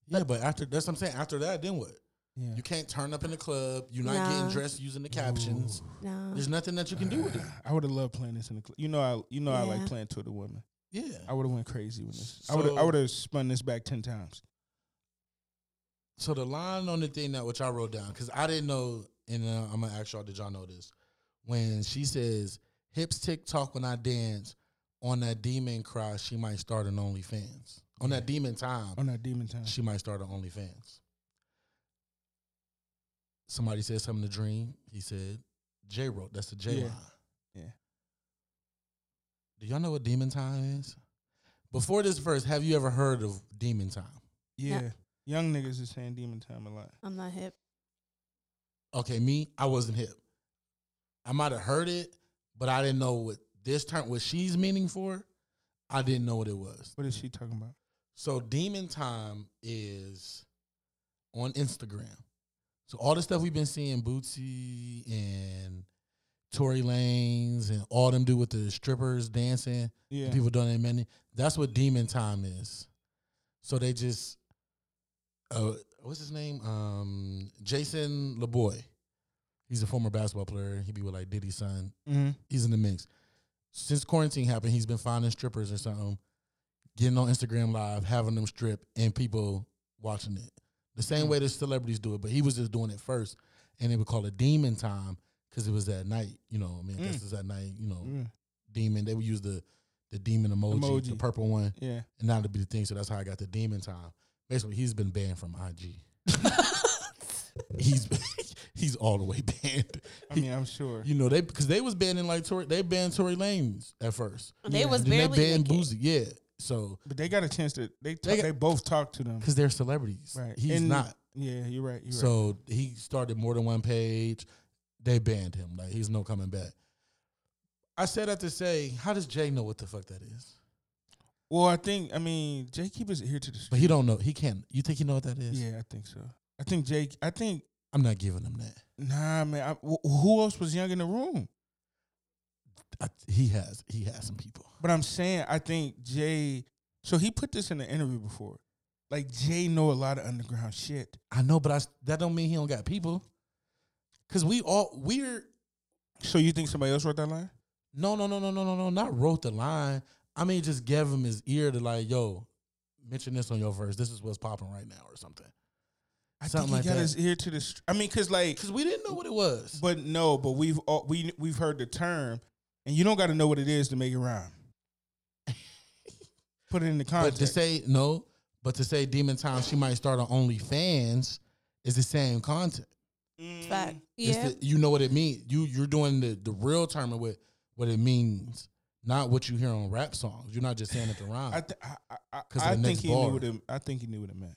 Yeah, but after that's what I'm saying. After that, then what? Yeah. You can't turn up in the club. You're not Nah. getting dressed using the captions. No. There's nothing that you can do with it. I would have loved playing this in the. Cl- you know, I you know I like Yeah. playing to the woman. I Yeah. would have went crazy with this. I would I So- would have spun this back ten times. So the line on the thing that which I wrote down because I didn't know, and uh, I'm gonna ask y'all, did y'all know this? When she says hips tick tock when I dance on that demon cry, she might start an OnlyFans. On that demon time, on that demon time. she might start an OnlyFans. Somebody said something to Dream. He said, J wrote. That's the J Yeah. line. Yeah. Do y'all know what demon time is? Before this verse, have you ever heard of demon time? Yeah. Young niggas is saying demon time a lot. I'm not hip. Okay, me, I wasn't hip. I might have heard it, but I didn't know what this term, what she's meaning for. I didn't know what it was. What is she talking about? So demon time is on Instagram. So all the stuff we've been seeing Bootsy and Tory Lanes and all them do with the strippers dancing, Yeah. people doing that many. That's what demon time is. So they just uh what's his name? Um Jason LeBoy. He's a former basketball player. He be with like Diddy's son. Mm-hmm. He's in the mix. since quarantine happened, he's been finding strippers or something, getting on Instagram Live, having them strip, and people watching it. The same way the celebrities do it, but he was just doing it first, and they would call it demon time because it was at night. You know, I mean, I guess it's at night. You know, Yeah. demon. They would use the the demon emoji, the Emoji. purple one, yeah. and that'd be the thing. So that's how I got the demon time. Basically, he's been banned from IG. he's he's all the way banned. I He- mean, I'm sure. you know they because they was banning like Tory, they banned Tory Lanez at first. They was then barely. they banned naked. Boozy, yeah. So But they got a chance to. They They they, got- they both talked to them. because they're celebrities, Right. he's And- not. Yeah, you're right. You're right. So he started more than one page. They banned him. Like he's no coming back. I said that to say, how does Jay know what the fuck that is? Well, I think I mean Jay Keep is here to the But street. he don't know. He can't. You think he know what that is? Yeah, I think so. I think Jake. I think I'm not giving him that. nah, man. I, wh- who else was young in the room? I, he has. He has some people. But I'm saying I think Jay. So he put this in the interview before. Like Jay know a lot of underground shit. I know, but I s- that don't mean he don't got people. Cause we all we're So you think somebody else wrote that line? No, no, no, no, no, no, no. Not wrote the line. I mean, just gave him his ear to like, yo, mention this on your verse. This is what's popping right now, or something. I Something think he like that. got his ear to the. Str- I mean, cause like, Because we didn't know what it was. but no, but we've all, we we've heard the term, and you don't got to know what it is to make it rhyme. put it in the But context. to say no, but to say Demon Time, she might start on OnlyFans is the same content. Mm. Fact. It's Yeah. the- you know what it means. You you're doing the the real term of what what it means, not what you hear on rap songs. You're not just saying it to rhyme. I, th- I, I, I, 'Cause of I the think next he bar. knew what it. I think he knew what it meant.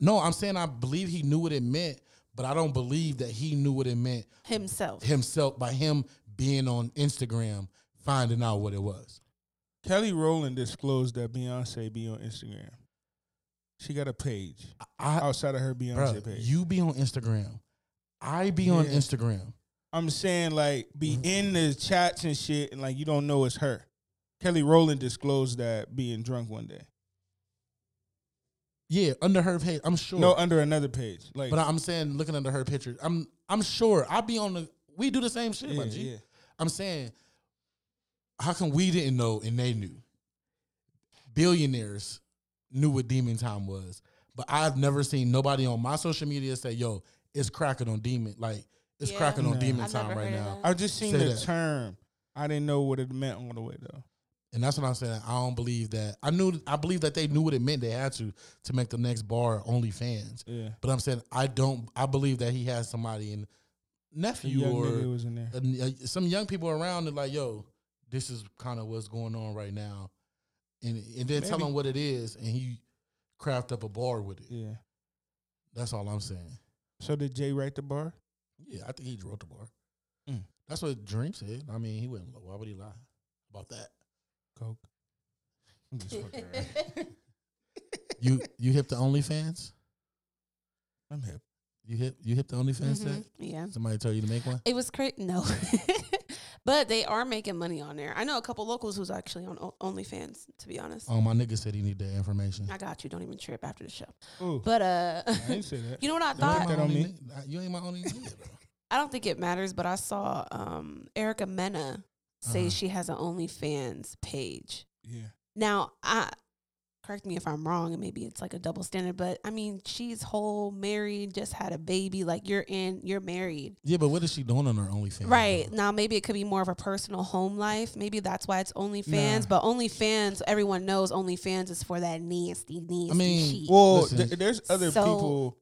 no, I'm saying I believe he knew what it meant, but I don't believe that he knew what it meant Himself. himself by him being on Instagram finding out what it was. Kelly Rowland disclosed that Beyonce be on Instagram. She got a page I, outside of her Beyonce bro, page. you be on Instagram. I be on Yeah. Instagram. I'm saying like be Mm-hmm. in the chats and shit, and like you don't know it's her. Kelly Rowland disclosed that being drunk one day. Yeah, under her page. I'm sure. No, under another page. Like, but I'm saying looking under her picture. I'm I'm sure I be on the we do the same shit, my yeah, G. yeah. I'm saying how come we didn't know and they knew? Billionaires knew what demon time was, but I've never seen nobody on my social media say, "Yo, it's cracking on demon." Like it's Yeah. cracking on Nah. demon I time never right heard of now. that. I just seen Say the that. term. I didn't know what it meant all the way though. And that's what I'm saying. I don't believe that. I knew. I believe that they knew what it meant. They had to to make the next bar OnlyFans. Yeah, But I'm saying I don't. I believe that he has somebody in the nephew young or nigga was in there. and, uh, some young people around that like, yo, this is kind of what's going on right now, and and then tell Maybe. him what it is, and he craft up a bar with it. Yeah. That's all I'm saying. So did Jay write the bar? Yeah, I think he wrote the bar. Mm. That's what Dream said. I mean, he wouldn't. Why would he lie about that? Coke. I'm just fucking around. You you hip the OnlyFans? I'm hip. You hip you hip the OnlyFans? Mhm. Tech? Yeah. Somebody tell you to make one? It was crazy. No. but they are making money on there. I know a couple locals who's actually on O- OnlyFans, to be honest. Oh, my nigga said he need that information. I got you. Don't even trip after the show. Ooh, But uh I didn't say that. you know what I You ain't thought? put that my on only me. nigga. You ain't my only nigga, bro. I don't think it matters, but I saw um Erica Mena say Uh-huh. she has an OnlyFans page. yeah. Now, I correct me if I'm wrong, and maybe it's like a double standard, but I mean, she's whole, married, just had a baby. Like you're in, you're married. Yeah, but what is she doing on her OnlyFans? Right. bro? Now maybe it could be more of a personal home life. Maybe that's why it's Nah. OnlyFans. But OnlyFans, everyone knows OnlyFans is for that nasty, nasty mean, shit. Well, Listen. th- there's other So- people.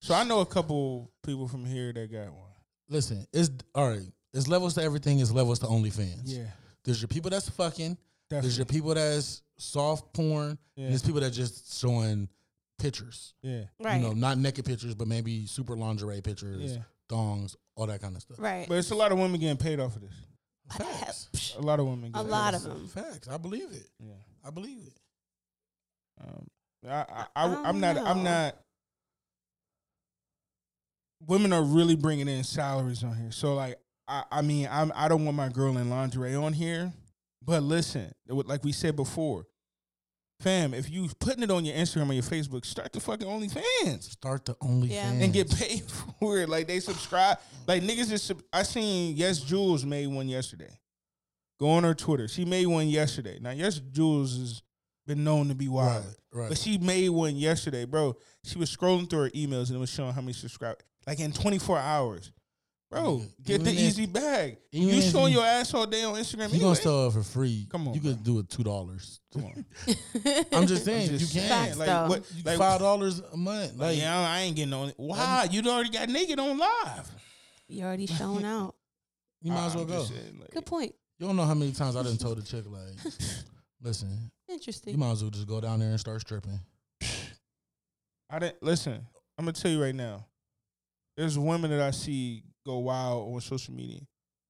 So I know a couple people from here that got one. Listen, it's all right. It's levels to everything. It's levels to OnlyFans. Yeah, There's your people that's fucking. There's your definitely. people that's soft porn. Yeah, And there's people that just showing pictures. yeah, right. You know, not naked pictures, but maybe super lingerie pictures, yeah. thongs, all that kind of stuff. right. But it's a lot of women getting paid off of this. What the hell? Facts. Psh, A lot of women. A Getting lot paid of off them. Facts. I believe it. this. Yeah. I believe it. Um, I, I, I I, I'm don't not. I'm know. not. Women are really bringing in salaries on here. So like, I, I mean, I'm. I don't want my girl in lingerie on here. But listen, what- like we said before, fam, if you putting it on your Instagram or your Facebook, start the fucking OnlyFans Start the OnlyFans Yeah. and get paid for it. Like they subscribe. Like niggas is. sub- I seen Yes Jules made one yesterday. Go on her Twitter. She made one yesterday. Now, yes, Jules has been known to be wild, right. but she made one yesterday, bro. She was scrolling through her emails and it was showing how many subscribers. Like in 24 hours, bro, Yeah. get Even the if- easy bag. even You if showing you- your ass all day on Instagram. You gonna anyway. sell it for free? Come on, you could do it two dollars. Come on. Uh, I'm just saying Just you saying, can. Facts, Like, though. Like what? Like five dollars a month. Like yeah, I ain't getting on. it. Why? You already got naked on live. You already shown out. you might as well I'm go. just saying, like, Good point. You don't know how many times I done told a chick like, listen, you Interesting. might as well just go down there and start stripping. I didn't listen. I'm gonna tell you right now. There's women that I see go wild on social media.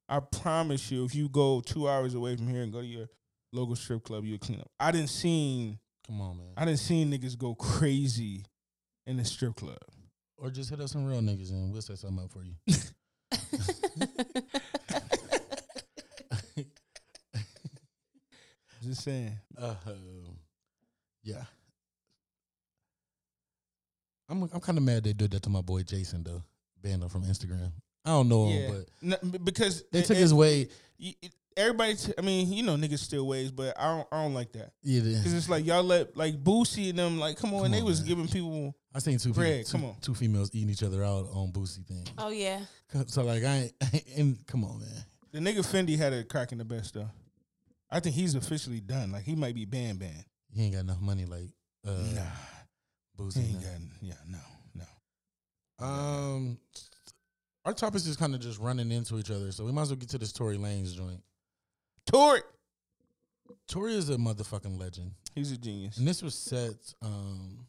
I promise you, if you go two hours away from here and go to your local strip club, you'll clean up. I didn't seen Come on, man. I didn't seen niggas go crazy in the strip club. or just hit up some real niggas and we'll set something up for you. Just saying. Uh, yeah. I'm I'm kind of mad they did that to my boy Jason though, banned him from Instagram. I don't know Yeah, him, but No, b- because they it- took it- his way. you- it- Everybody, t- I mean, you know, niggas still ways, but I don't, I don't like that. Yeah, Cause they- it's like y'all let like Boosie and them like come on, Come they on, was man. giving people I seen two, Greg, people, come two, on. two females eating each other out on Boosie thing. oh yeah. So like I ain't, and come on man, the nigga Fendi had a crack in the best though. I think he's officially done. Like he might be banned banned. he ain't got enough money like uh, nah, he Boosie. ain't now. got yeah, no, no. Um, our topics is kind of just running into each other, so we might as well get to this Tory Lanez joint. Tory. Tory is a motherfucking legend. He's a genius. And this was Seth's um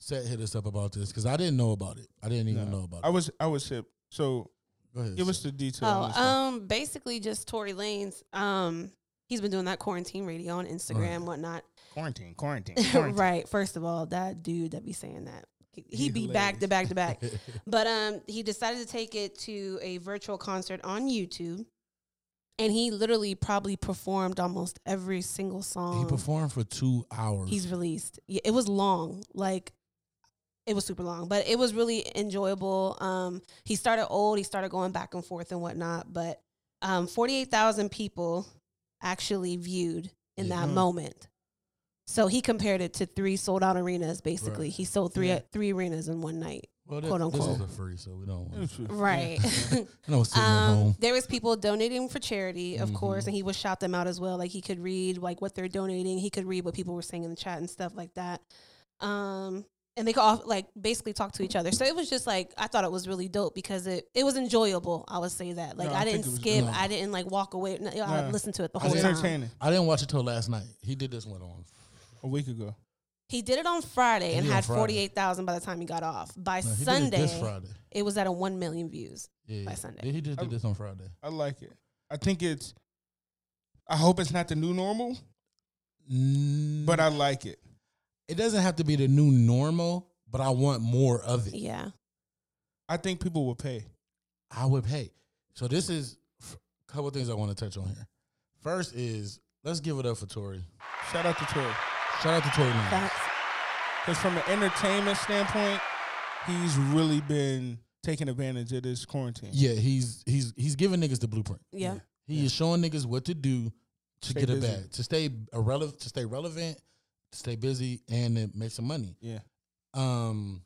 Seth hit us up about this because I didn't know about it. I didn't even Nah. know about I it. was I was hip. So Go ahead. give us Seth. the detail. on Oh, this one. um, basically just Tory Lanez. Um, he's been doing that quarantine radio on Instagram, whatnot. quarantine, quarantine, quarantine. right. First of all, that dude that be saying that. He, He he'd be back to back to back. It But um, he decided to take it to a virtual concert on YouTube, and he literally probably performed almost every single song he performed for two hours. Um, he's released. Yeah, it was long, like it was super long, but it was really enjoyable. Um, he started old, he started going back and forth and whatnot, but um, forty eight thousand people actually viewed in Yeah. that Mhm. moment. So he compared it to three sold out arenas. Basically, Right. he sold three Yeah. three arenas in one night. well, quote, this is unquote. a free, so we don't. It was Want free. Right. I know it's sitting at um, home. there was people donating for charity, of Mhm. course, and he would shout them out as well. Like he could read like what they're donating. He could read what people were saying in the chat and stuff like that. Um, and they could all like basically talk to each other. So it was just like I thought it was really dope because it it was enjoyable. I would say that. Like No, I I, think didn't it was- skip. no. I didn't like walk away. No, I Nah. listened to it the I whole It's didn't- time. entertaining. I didn't watch it till last night. He did this one on. A week ago. He did it on Friday He and did it on had Friday. forty eight thousand by the time he got off. By no, he did it Sunday, this Friday. it was at a one million views. Yeah, by yeah. Sunday. He just did I- this on Friday. I like it. I think it's I hope it's not the new normal, but I like it. it doesn't have to be the new normal. But I want more of it. Yeah, I think people will pay. I would pay. So this is a couple things I want to touch on here. First is let's give it up for Tory. Shout out to Tory. Shout out to Tory Lanez. that's Because from an entertainment standpoint, he's really been taking advantage of this quarantine. Yeah, he's he's he's giving niggas the blueprint. yeah. He is showing niggas what to do to Stay get it busy. back, to stay irrelevant, to stay relevant, to stay busy, and to make some money. Yeah. Um,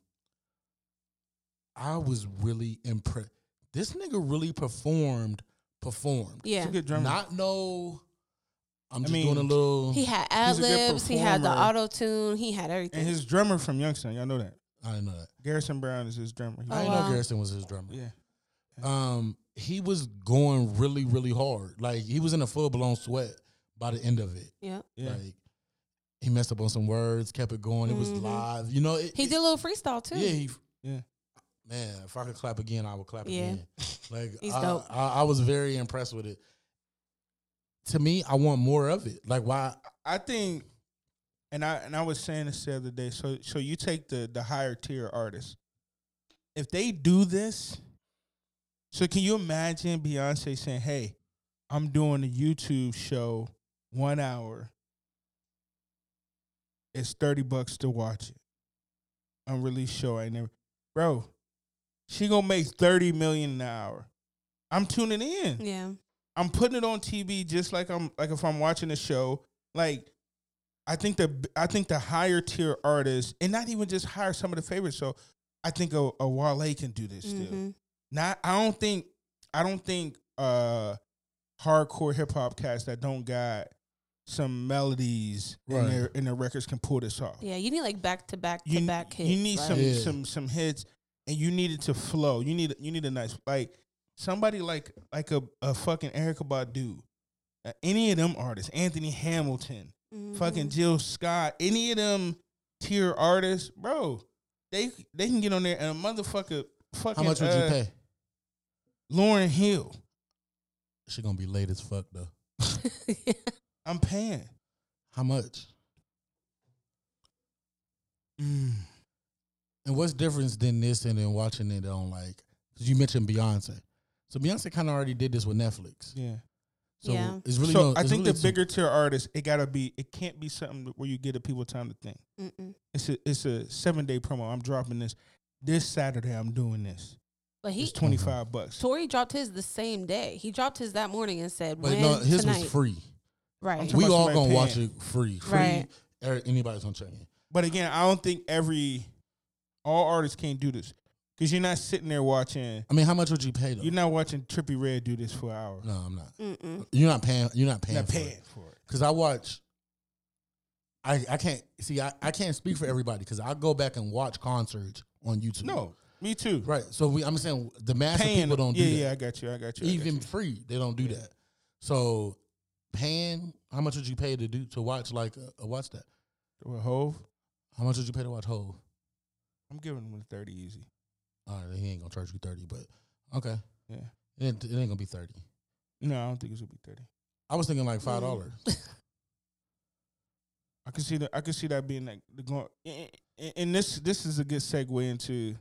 I was really impressed. This nigga really performed, performed. yeah. He's a good drummer. Not no. I'm I just mean, doing a little. He had ad He's a good libs. He had the performer. auto tune. He had everything. and his drummer from Youngstown, y'all know that. I didn't know that. Garrison Brown is his drummer. He I Oh, didn't wow. know Garrison was his drummer. Oh, Yeah. Um, he was going really, really hard. Like he was in a full blown sweat by the end of it. yeah, Yeah. Like he messed up on some words, kept it going. It was Mhm. live. You know, it, he it- did a little freestyle too. Yeah, he. Yeah. Man, if I could clap again, I would clap Yeah. again. Like He's I, dope. I, I was very impressed with it. To me, I want more of it. Like why? I think and I and I was saying this the other day, so so you take the the higher tier artists. If they do this, so can you imagine Beyonce saying, Hey, I'm doing a YouTube show one hour. It's thirty bucks to watch it. Unreleased show. I never bro. She gonna make thirty million an hour. I'm tuning in. yeah. I'm putting it on TV just like I'm like if I'm watching a show. Like I think the I think the higher tier artists, and not even just hire some of the favorites. So I think a, a Wale can do this still. Mhm. Not I don't think I don't think uh hardcore hip hop cats that don't got some melodies Right. in their in their records can pull this off Yeah, you need like back to back you, to back hits. you need like- some Yeah. some some hits, and you need it to flow. You need you need a nice like somebody like like a, a fucking Erica Badu, uh, any of them artists, Anthony Hamilton, Mhm. fucking Jill Scott, any of them tier artists, bro. They they can get on there and a motherfucker fucking How much would you uh, pay? Lauren Hill. She gonna be late as fuck though. I'm paying. How much? Mm. And what's difference than this and then watching it on like? Because you mentioned Beyonce, so Beyonce kind of already did this with Netflix. Yeah. So Yeah. it's really. so no, I it's think really the two- bigger tier artists, it gotta be. It can't be something where you give the people time to think. Mm-mm. It's a it's a seven day promo. I'm dropping this this Saturday. I'm doing this. But he It's twenty Mm-hmm. five bucks. Tori dropped his the same day. He dropped his that morning and said, But "When no, his tonight?" was free. Right. Too We much all red gonna pan. watch it free. Free. Right. er- Anybody's gonna check in. But again, I don't think every all artists can't do this because you're not sitting there watching. I mean, how much would you pay though? You're not watching Trippy Red do this for an hour. no, I'm not. Mm-mm. You're not paying. You're not paying. You're not for it. paying for it. Cause I watch. I I can't see. I, I can't speak for everybody because I go back and watch concerts on YouTube. No, me too. Right. So we. I'm saying the mass of Paying people don't yeah, do that. yeah. I got you. I got you. I got Even you. free, they don't do that. So paying, how much would you pay to do to watch like uh, watch that? with Hove, How much would you pay to watch Hove? I'm giving him a thirty easy. All right, he ain't gonna charge you thirty, but okay, Yeah. it, ain't- it ain't gonna be thirty. No, I don't think it's gonna be thirty. I was thinking like five dollars. I can see that. I can see that being like the going. And, and- and this this is a good segue into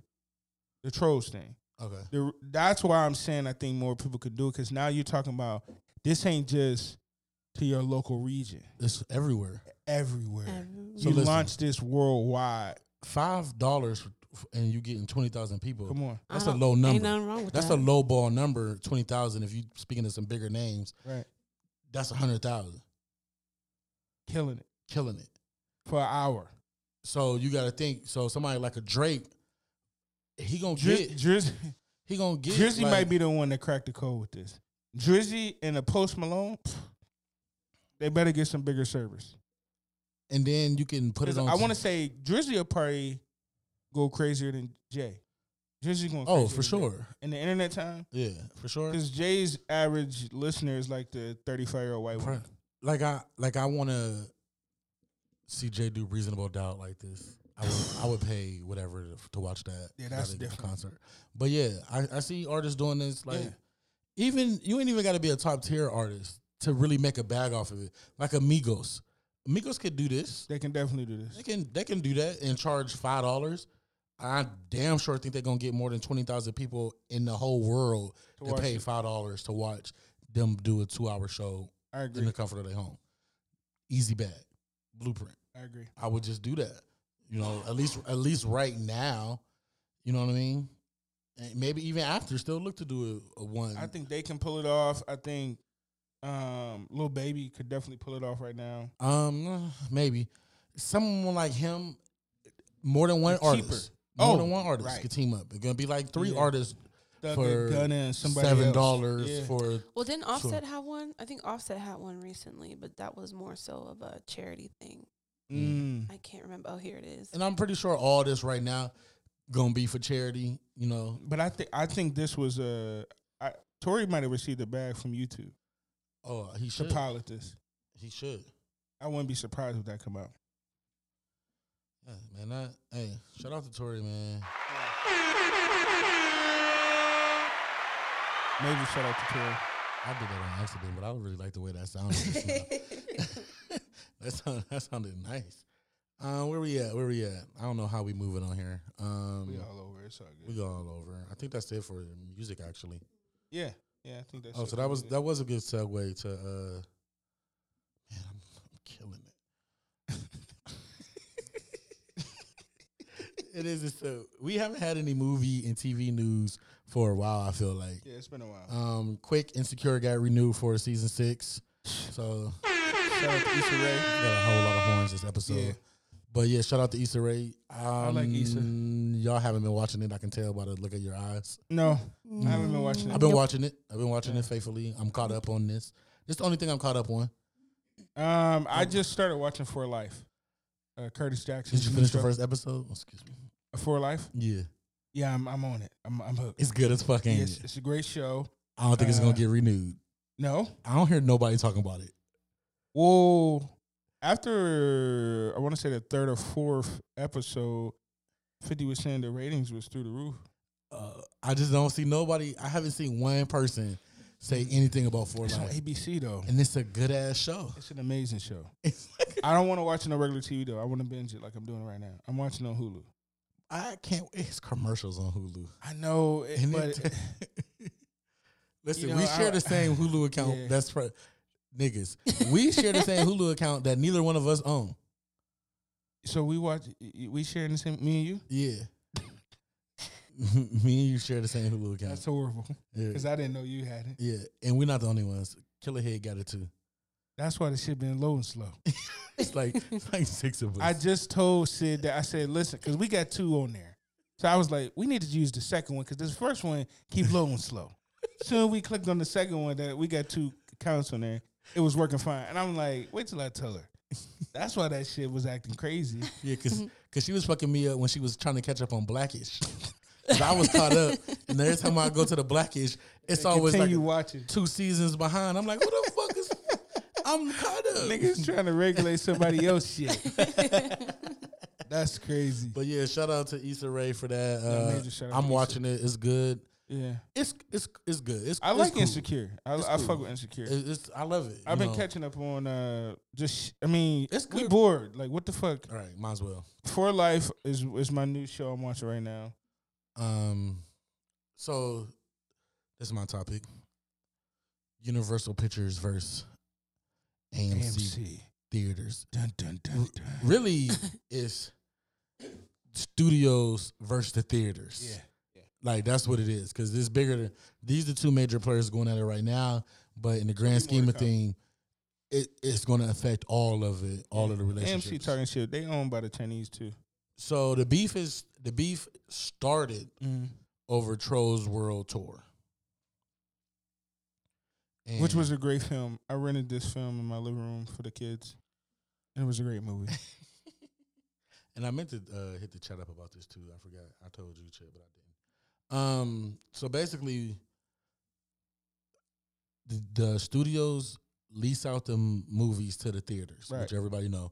the trolls thing. Okay, the, that's why I'm saying I think more people could do it because now you're talking about this ain't just to your local region, it's everywhere. everywhere. Everywhere. So you listen. launch this worldwide. Five dollars and you getting twenty thousand people. Come on, I that's a don't- low number. Ain't nothing wrong with that's that. a low ball number. Twenty thousand. If you speaking of some bigger names, right? that's a hundred thousand, Killing it killing it. for an hour. So you got to think. So somebody like a Drake, he gonna Dri- get. Drizzy, He gonna get. Drizzy like- might be the one that cracked the code with this. Drizzy and a Post Malone, pff, they better get some bigger service. and then you can put it 'Cause on. I want to say Drizzy will probably go crazier than Jay. Drizzy going Oh, crazier for than Jay. sure. in the internet time. Yeah, for sure. Because Jay's average listener is like the 35 year old white Pro- woman. Like I, like I want to see Jay do reasonable doubt like this. I would, I would pay whatever to, to watch that. Yeah, that's that different. concert. But yeah, I, I see artists doing this. Like, Yeah. even you ain't even got to be a top tier artist to really make a bag off of it. Like Amigos, Amigos could do this. They can definitely do this. They can they can do that and charge five dollars. I damn sure think they're gonna get more than twenty thousand people in the whole world To to watch pay it. five dollars to watch them do a two hour show I in the agree. comfort of their home. Easy bag, blueprint. I agree. I would just do that. You know, at least at least right now, you know what I mean. And maybe even after, still look to do a, a one. I think they can pull it off. I think um, Lil Baby could definitely pull it off right now. um maybe someone like him, more than one It's cheaper. artist, more Oh, than one artist right. could team up. It's gonna be like three Yeah. artists Thug for and Gunna and somebody seven else. dollars Yeah. for Well, didn't Sure. Offset have one? I think Offset had one recently, but that was more so of a charity thing. Mm. I can't remember. Oh, here it is. and I'm pretty sure all this right now gonna be for charity, you know. But I think I think this was a. I, Tory might have received a bag from YouTube Oh, he to should. pilot this. He should. I wouldn't be surprised if that come out. Yeah, man, that, hey, shout out to Tory, man. Maybe shout out to Tory. I did that on accident, but I really like the way that sounded. just now. that, sound, that sounded nice. Um, where we at? Where we at? I don't know how we moving on here. Um, We all over. It's all we good. go all over. I think that's it for music, actually. Yeah. Yeah. I think that's. Oh, it. so that was that was a good segue to. uh Man, I'm, I'm killing it. it is so. We haven't had any movie and TV news for a while. I feel like. Yeah, it's been a while. Um, Quick Insecure got renewed for season six, so Shout out to Issa Rae. got a whole lot of horns this episode. Yeah. But yeah, shout out to Issa Rae. Um, I like Issa. Y'all haven't been watching it. I can tell by the look of your eyes. No, I haven't been watching it. I've Mm. been watching it. I've been watching it faithfully. I'm caught up on this. It's the only thing I'm caught up on. Um, I just started watching For Life. Uh, Curtis Jackson. Oh. Did you finish the first episode? Oh, excuse me. For Life? Yeah, Yeah, I'm, I'm on it. I'm, I'm hooked. it's good as fucking. Yes, it's a great show. I don't think it's gonna Uh, get renewed. No, I don't hear nobody talking about it. Whoa. After I want to say the third or fourth episode, Fifty was saying the ratings was through the roof. Uh, I just don't see nobody. I haven't seen one person say anything about Four It's on Life, ABC though. and it's a good ass show. It's an amazing show. It's like I don't want to watch it on regular TV though. I want to binge it like I'm doing right now. I'm watching on Hulu. I can't. It's commercials on Hulu. I know, it, And but it- listen, You we know, share I- the same Hulu account. Yeah. That's for niggas. We share the same Hulu account that neither one of us own. so we watch. We sharing the same. Me and you. Yeah. Me and you share the same Hulu account. That's horrible because yeah. I didn't know you had it. yeah, and we're not the only ones. Killerhead got it too. That's why the shit been low and slow. It's like it's like six of us. I just told Sid that I said, listen, because we got two on there. So I was like, we need to use the second one because this first one keep low and slow. Soon we clicked on the second one that we got two accounts on there. It was working fine, and I'm like, wait till I tell her. That's why that shit was acting crazy. Yeah, cause, 'cause she was fucking me up when she was trying to catch up on Blackish. 'Cause I was caught up, and every time I go to the Blackish, it's always Oh, like Continue watching. two seasons behind. I'm like, what the fuck is? I'm caught up. Niggas trying to regulate somebody else shit. That's crazy. But yeah, shout out to Issa Rae for that. major Uh, shout out I'm to Issa. watching it. It's good. yeah, It's it's it's good. It's I it's like cool. insecure. I, I cool. fuck with insecure. It- It's I love it. I've you been know. catching up on uh just. sh- I mean, It's we good. bored. Like, what the fuck? All right, might as well. For Life is is my new show I'm watching right now. Um, so this is my topic: Universal Pictures versus AMC. theaters. Dun, dun, dun, dun. Really, it's studios versus the theaters. Yeah. Like that's what it is because it's bigger than these are two major players going at it right now. But in the grand be scheme more to of come. thing, it, it's going to affect all of it, all of the relationships. AMC talking shit. They owned by the Chinese too. so the beef is the beef started Mm. over Trolls World Tour, Which was And a great film. I rented this film in my living room for the kids. And it was a great movie. And I meant to uh, hit the chat up about this too. I forgot. I told you, Chip, but I didn't. Um, so basically, the, the studios lease out the m- movies to the theaters, Right. which everybody know,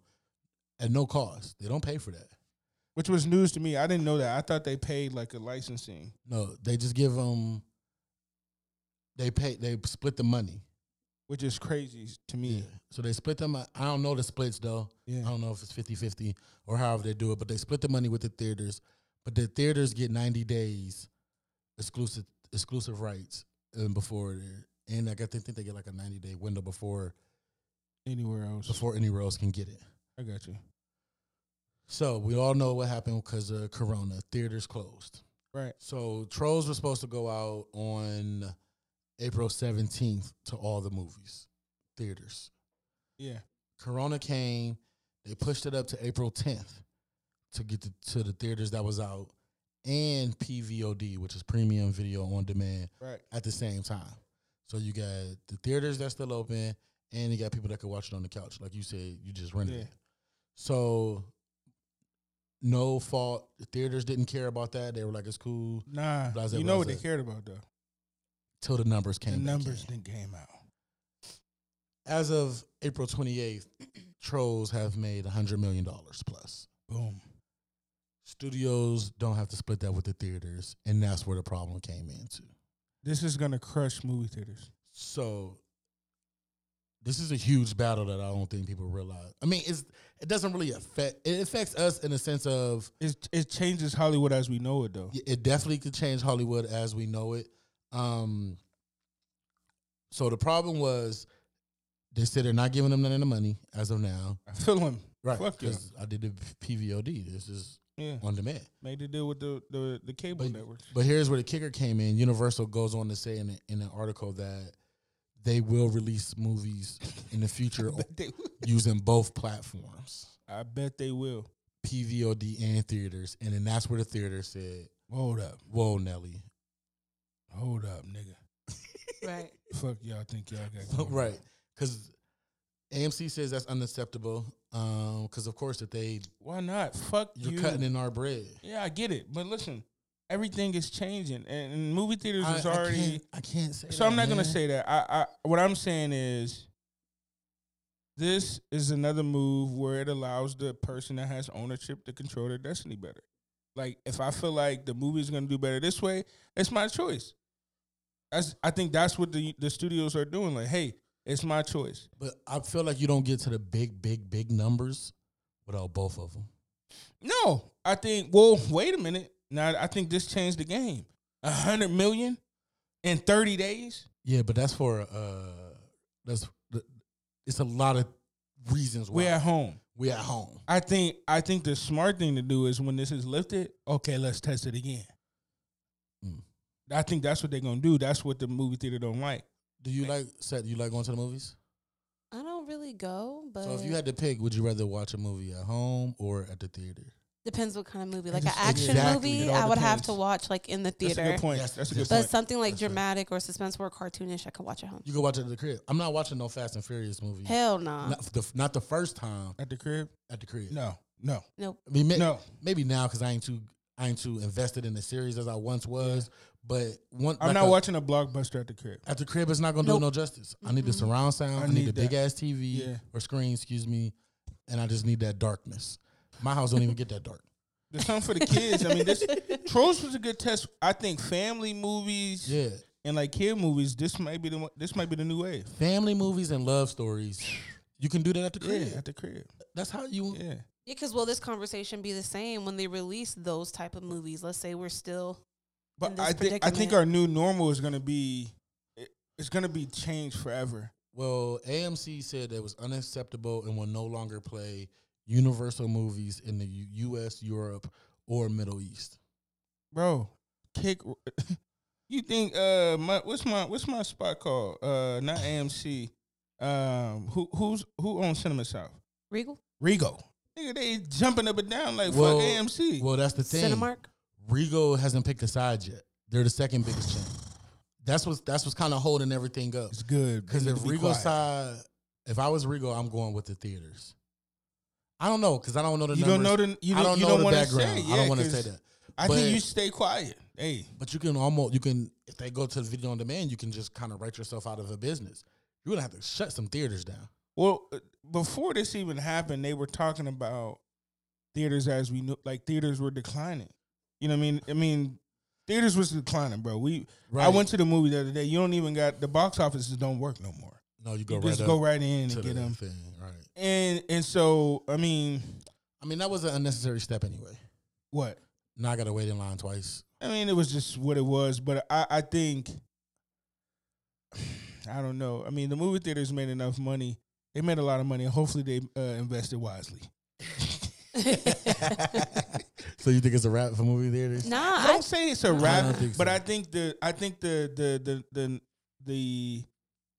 at no cost. They don't pay for that. Which was news to me. I didn't know that. I thought they paid like a licensing. No, they just give them. They pay. They split the money. Which is crazy to me. So they split them. I I don't know the splits though. Yeah. I don't know if it's 50-50 or however they do it, but they split the money with the theaters. But the theaters get ninety days exclusive exclusive rights and before they're- and I got to think they get like a ninety day window before Anywhere else. before anywhere else can get it. I got you. So we all know what happened because of Corona. Theaters closed. Right. So Trolls was supposed to go out on April seventeenth to all the movies theaters. Yeah. Corona came, they pushed it up to April 10th to get to, to the theaters that was out and PVOD, which is premium video on demand Right. at the same time. So you got the theaters that's still open and you got people that could watch it on the couch. Like you said, you just rented Yeah. it. So no fault. The theaters didn't care about that. They were like, it's cool. Nah. Blase, you know what they blase. cared about though. Till the numbers came. The back in. numbers then came out. As of April 28th, Trolls have made $100 million plus. Boom. studios don't have to split that with the theaters, and that's where the problem came into. This is gonna crush movie theaters. So this is a huge battle that I don't think people realize. I mean, it's it doesn't really affect it affects us in the sense of It it changes Hollywood as we know it though. y- it definitely could change Hollywood as we know it. Um so the problem was they said they're not giving them none of the money as of now. I feel him. Right. Fuck yeah. Because I did the PVOD. This is Yeah, on demand. made to deal with the the, the cable But, networks. but here's where the kicker came in. Universal goes on to say in, a, in an article that they will release movies in the future They- using both platforms, I bet they will. PVOD and theaters. And then that's where the theater said, Hold up, "Whoa, Nelly, hold up, nigga. Right. Fuck y'all think y'all got going on. right?" Because AMC says that's unacceptable. Because of course, if they Why not? Fuck you're you. cutting in our bread, Yeah, I get it, but listen, everything is changing, and, and movie theaters I, is I already. can't, I can't say. So I'm that, not gonna man. say that. I, I what I'm saying is this is another move where it allows the person that has ownership to control their destiny better. Like if I feel like the movie's gonna do better this way, it's my choice. That's I think that's what the the studios are doing. Like, hey, it's my choice. But I feel like you don't get to the big, big, big numbers without both of them. No, I think. Well, wait a minute. Now I think this changed the game. A hundred million in thirty days. Yeah, but that's for uh, that's it's a lot of reasons why We're at home. we at home. I think I think the smart thing to do is when this is lifted, okay, let's test it again. Mm. I think that's what they're gonna do. That's what the movie theater don't like. Do you like set? You like going to the movies? I don't really go, but So if you had to pick, would you rather watch a movie at home or at the theater? depends what kind of movie. It Like an just- action exactly. It movie, all I would have depends. to watch like in the That's a theater. good point. Yes, that's a yes. good But point. something like That's right. dramatic or suspenseful or cartoonish, I could watch at home. You go watch it at the crib. I'm not watching no Fast and Furious movie. Hell no. Not the not the first time At the crib? at the crib. No, no, Nope. I mean, may- no. maybe now because I ain't too I ain't too invested in the series as I once was. But one, I'm like not a- watching a blockbuster at the crib. At the crib, it's not gonna do it Nope. no justice. I need the surround sound. I, I need, need the big that. ass TV Yeah. or screen, excuse me, and I just need that darkness. My house don't even get that dark. There's something for the kids. I mean, this Trolls was a good test. I think family movies Yeah, and like kid movies. This might be the one- this might be the new wave. family movies and love stories. You can do that at the crib. Yeah, at the crib. That's how you. Yeah, Yeah, because will this conversation be the same when they release those type of movies? Let's say we're still In but this I think I think predicament. our new normal is gonna be it- it's gonna be changed forever. Well, AMC said that it was unacceptable and will no longer play Universal movies in the U- U.S., Europe, or Middle East. bro. Kick. you think uh my what's my what's my spot called? Uh, not AMC. Um, who who's who owns Cinema South? Regal, Rego. Nigga, they jumping up and down like Well- fuck AMC. Well, that's the thing. Cinemark. Rego hasn't picked a side yet. They're the second biggest chain. That's what's that's what's kind of holding everything up. it's good Because They if need to be Rego quiet. side, if I was Rego, I'm going with the theaters. I don't know because I don't know the you numbers. don't know the you I don't you know don't the want to background. say. Yeah, I don't want to 'cause say that. I But- think you stay quiet. Hey, But you can almost you can if they go to the video on demand, you can just kind of write yourself out of a business. You're gonna have to shut some theaters down. well, uh, before this even happened, they were talking about theaters as we knew, like theaters were declining. You know what I mean? I mean, theaters was declining, bro. We I went to the movie the other day. You don't even got the box offices don't work no more. no, you go You right just up go right in to and get the them. thing, right? And and so I mean, I mean, that was an unnecessary step anyway. what? Now I gotta wait in line twice. I mean, it was just what it was. But I I think I don't know. I mean, the movie theaters made enough money. They made a lot of money. Hopefully, they uh, invested wisely. so you think it's a wrap for movie theaters? Nah, I I, don't say it's a I wrap, don't think but so. I think the I think the the the the the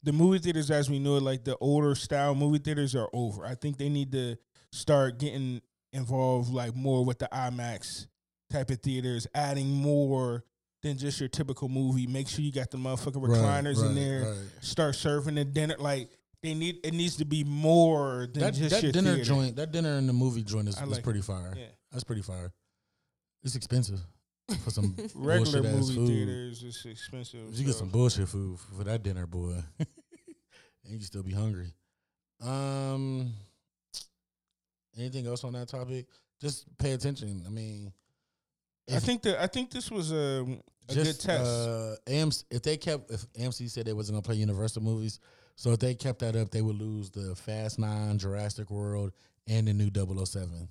the movie theaters as we know it, like the older style movie theaters are over. I think they need to start getting involved like more with the IMAX type of theaters, adding more than just your typical movie. Make sure you got the motherfucking Right, recliners in right, there. right. Start serving the dinner like they need it needs to be more than That, just that your dinner theater. joint, that dinner and the movie joint is, I is like pretty fire. Yeah. That's pretty fire. It's expensive for some Regular bullshit ass movie food. theaters is expensive. You get so- some bullshit food for that dinner, boy, and you still be hungry. Um, anything else on that topic? Just pay attention. I mean, I if- think that I think this was a, a good just test. uh, AMC. If they kept, if AMC said they wasn't gonna play Universal movies, so if they kept that up, they would lose the Fast Nine, Jurassic World, and the new 007.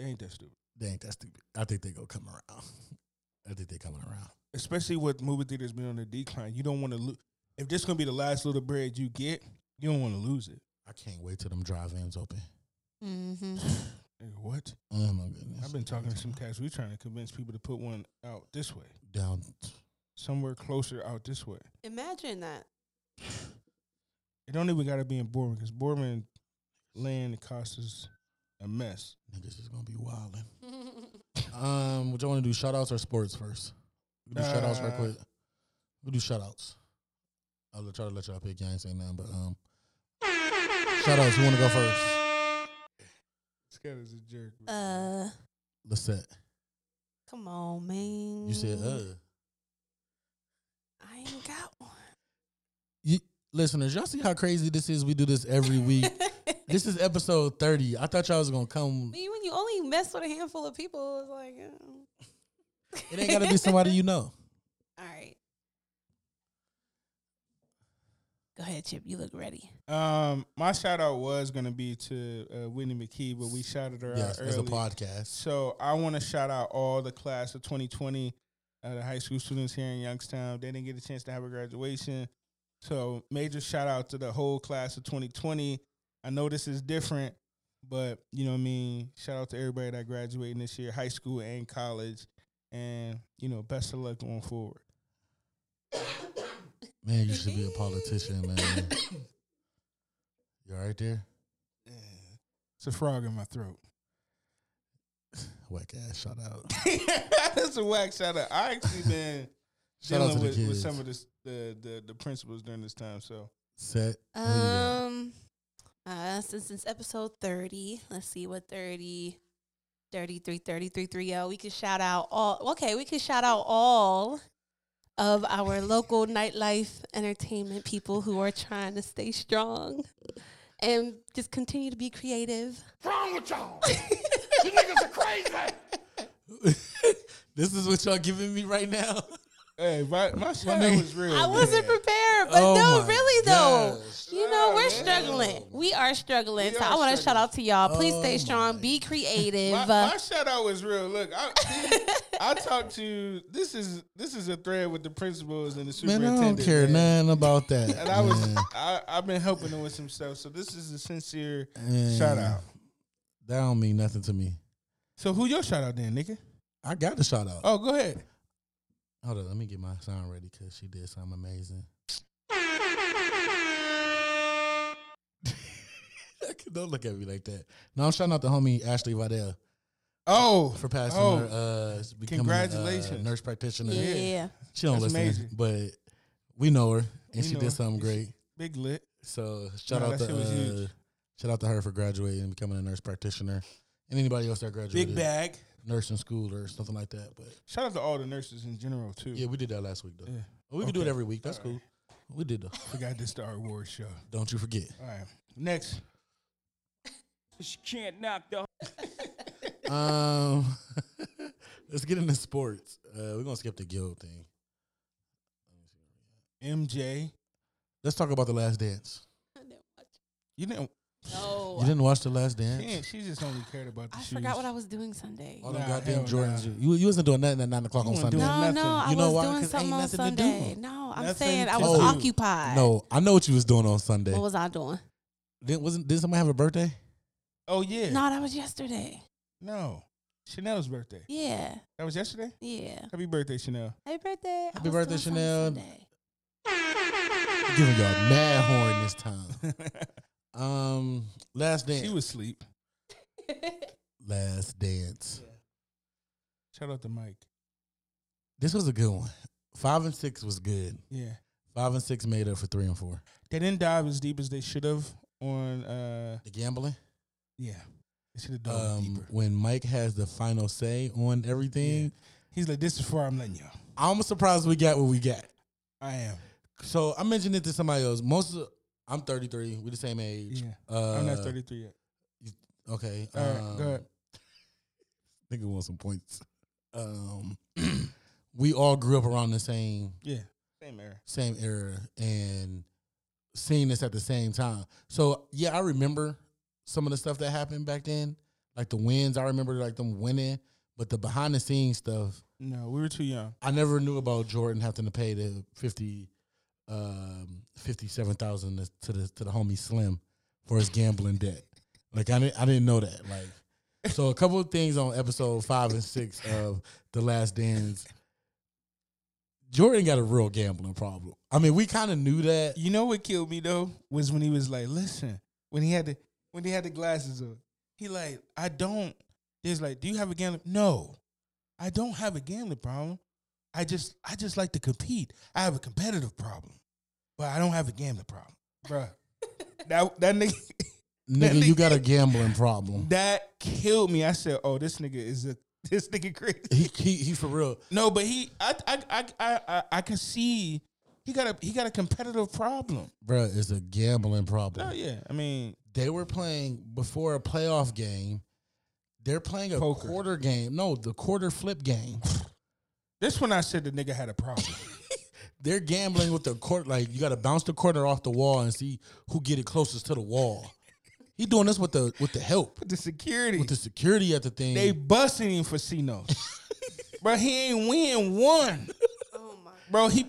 ain't that stupid? They ain't that stupid. I think they gonna come around. I think they coming around. Especially with movie theaters being on the decline, you don't want to lose. If this gonna be the last little bread you get, you don't want to lose it. I can't wait till them drive-ins open. mm-hmm. Nigga, what? Oh my goodness. I've been talking to some cats. We trying to convince people to put one out this way, down. somewhere closer out this way. Imagine that. It don't even got to be in Borman because Borman land costs us a mess. Niggas is gonna be wilding. um, would y'all want to do shout outs or sports first? We do shout outs right Uh, quick. We do shout outs. I'll let- try to let y'all pick. Y'all ain't saying nothing, but um, shout outs. Who want to go first? This cat is a jerk. bro. Uh, Lissette, come on, man. you said uh. I ain't got one. You, listeners, y'all see how crazy this is? We do this every week. this is episode thirty. I thought y'all was gonna come. I mean, when you only mess with a handful of people, it's like, oh. It ain't gotta be somebody you know. all right. Go ahead, Chip. You look ready. Um, my shout out was gonna be to uh, Whitney McKee, but we shouted her Yes, out as a early. podcast. So I want to shout out all the class of 2020, uh, the high school students here in Youngstown. They didn't get a chance to have a graduation, so major shout out to the whole class of 2020. I know this is different, but you know what I mean. Shout out to everybody that graduating this year, high school and college, and you know, best of luck going forward. Man, you should be a politician, man. You all right there? It's a frog in my throat. Whack ass. Shout out. That's a whack shout out. I actually been Shout out dealing to the with, with kids. some of this, the, the the principals during this time. So Set. who you got? Um, uh, since it's episode 30, let's see what 30, 33, 33, 30. We could shout out all, okay, we could shout out all of our local nightlife entertainment people who are trying to stay strong and just continue to be creative. wrong with y'all? you niggas are crazy. this is what y'all giving me right now. hey, my my shout out was real. I Oh, wasn't man. prepared, but Oh no, my really though. gosh. You know, we're struggling. We are struggling. We so are I want to shout struggling. out to y'all. Please Oh stay strong. my Be creative. My, Uh, my shout out was real. Look, I, I talked to this is this is a thread with the principals and the Man, superintendent. I don't care man. nothing about that. And I was man. I, I've been helping them with some stuff. So this is a sincere Man, shout out. That don't mean nothing to me. So who your shout out then, nigga? I got the shout out. Oh, go ahead. Hold on, let me get my sound ready because she did something amazing. Don't look at me like that. No, I'm shouting out the homie Ashley Vidal Oh, for passing Oh. her. Uh, becoming a, uh, Congratulations. nurse practitioner. yeah. She don't That's listen, amazing. but we know her and We she know did her. something great. big lit. So shout No, out to that shit was uh, huge. shout out to her for graduating and becoming a nurse practitioner, and anybody else that graduated Big bag. nursing school or something like that. But Shout out to all the nurses in general too. yeah, we did that last week though. Yeah. Well, we can do it Okay. every week. That's cool. We did though. We got this Star Wars show. Don't you forget. All right. Next. She can't knock the Um, let's get into sports. Uh, we're gonna skip the guild thing. MJ. Let's talk about the Last Dance. You didn't Oh, No. You didn't watch the Last she, ain't- Dance? she just only cared about the I shoes. forgot what I was doing Sunday. All them Nah, goddamn hell nah. Jordans. You you wasn't doing nothing at nine o'clock You on wasn't Sunday. doing No, nothing. no, I You know was why? doing 'Cause ain't something on nothing to do. Sunday. No, I'm Nothing saying I to was do. occupied. No, I know what you was doing on Sunday. What was I doing? Didn't wasn't did somebody have a birthday? Oh yeah. No, that was yesterday. No. Chanel's birthday. Yeah. That was yesterday? Yeah. Happy birthday, Chanel. Happy birthday. I Happy was birthday, doing something Chanel. Sunday. Giving y'all mad horn this time. Um, Last Dance. she was asleep. Last Dance. Shout out to Mike. This was a good one. Five and six was good. Yeah. Five and six made up for three and four. They didn't dive as deep as they should have on uh The gambling. yeah. They should have dove Um, deeper. when Mike has the final say on everything, He's like, This is far I'm letting y'all. I'm surprised we got what we got. I am. So I mentioned it to somebody else. Most of, I'm 33. We the same age. Yeah. Uh, I'm not thirty three yet. Okay. um, All right, go ahead. Nigga want some points. Um, we all grew up around the same Yeah. Same era. same era and seeing this at the same time. So yeah, I remember some of the stuff that happened back then, like the wins. I remember like them winning, but the behind the scenes stuff. No, we were too young. I never knew about Jordan having to pay the fifty, um, fifty-seven thousand to the to the homie Slim for his gambling debt. Like I didn't, I didn't know that. Like So a couple of things on episode five and six of The Last Dance. Jordan got a real gambling problem. I mean, we kind of knew that. You know what killed me though was when he was like, "Listen," when he had the when he had the glasses on. He like, "I don't." There's like, "Do you have a gambling?" No, I don't have a gambling problem. I just I just like to compete. I have a competitive problem, but I don't have a gambling problem, Bruh, that that nigga Nigga, you got a gambling problem. that killed me. I said, "Oh, this nigga is a this nigga crazy." He he he for real. No, but he, I, I, I, I, I, I can see he got a he got a competitive problem. Bruh, it's a gambling problem. Oh yeah, I mean, they were playing before a playoff game. They're playing a Poker. quarter game. No, the quarter flip game. this one I said the nigga had a problem. They're gambling with the court. Like you got to bounce the quarter off the wall and see who get it closest to the wall. He doing this with the with the help But the security, with the security at the thing. they busting him for C-notes. bro, he ain't win one. Oh my. Bro, he,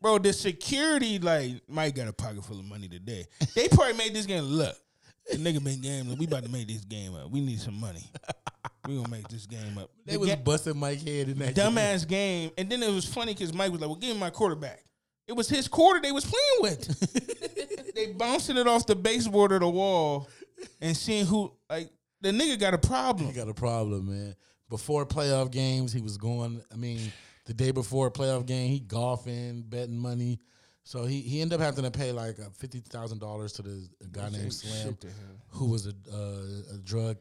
bro, the security like Mike got a pocket full of money today. They probably made this game look. The nigga been gambling. We about to make this game up. We need some money. We gonna make this game up. They The was ga- busting Mike head in that dumbass game. And then it was funny because Mike was like, "Well, give me my quarterback." It was his quarter they was playing with. they bouncing it off the baseboard of the wall and seeing who like the nigga got a He problem. got a problem, man. Before playoff games, he was going. I mean, the day before playoff game, he golfing, betting money. So he he ended up having to pay like uh, fifty thousand dollars to the a guy named Slim, who was a, uh, a drug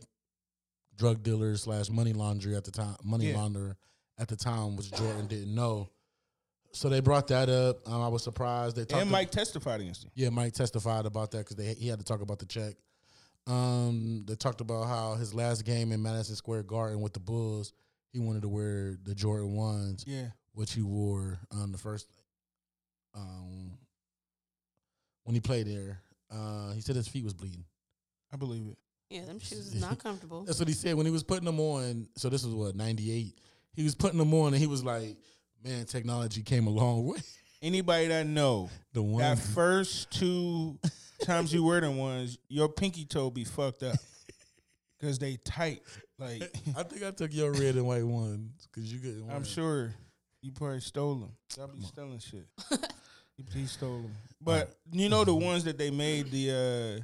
drug dealer slash money launderer at the time. Money Yeah. launderer at the time, which Jordan didn't know. So they brought that up. Um, I was surprised. They talked And to- Mike testified against him. yeah, Mike testified about that because he had to talk about the check. Um, they talked about how his last game in Madison Square Garden with the Bulls, he wanted to wear the Jordan ones, Yeah. which he wore on the first um when he played there. Uh, he said his feet was bleeding. I believe it. Yeah, them shoes is not comfortable. That's what he said when he was putting them on. So this was what ninety eight. He was putting them on and he was like, "Man, technology came a long way." Anybody that know The one that first two times you wear them ones, your pinky toe be fucked up. Cause they tight. Like I think I took your red and white ones because you couldn't. wear I'm 'em. sure you probably stole them. Y'all be stealing shit. You- he stole them. But you know the Mm-hmm. ones that they made the uh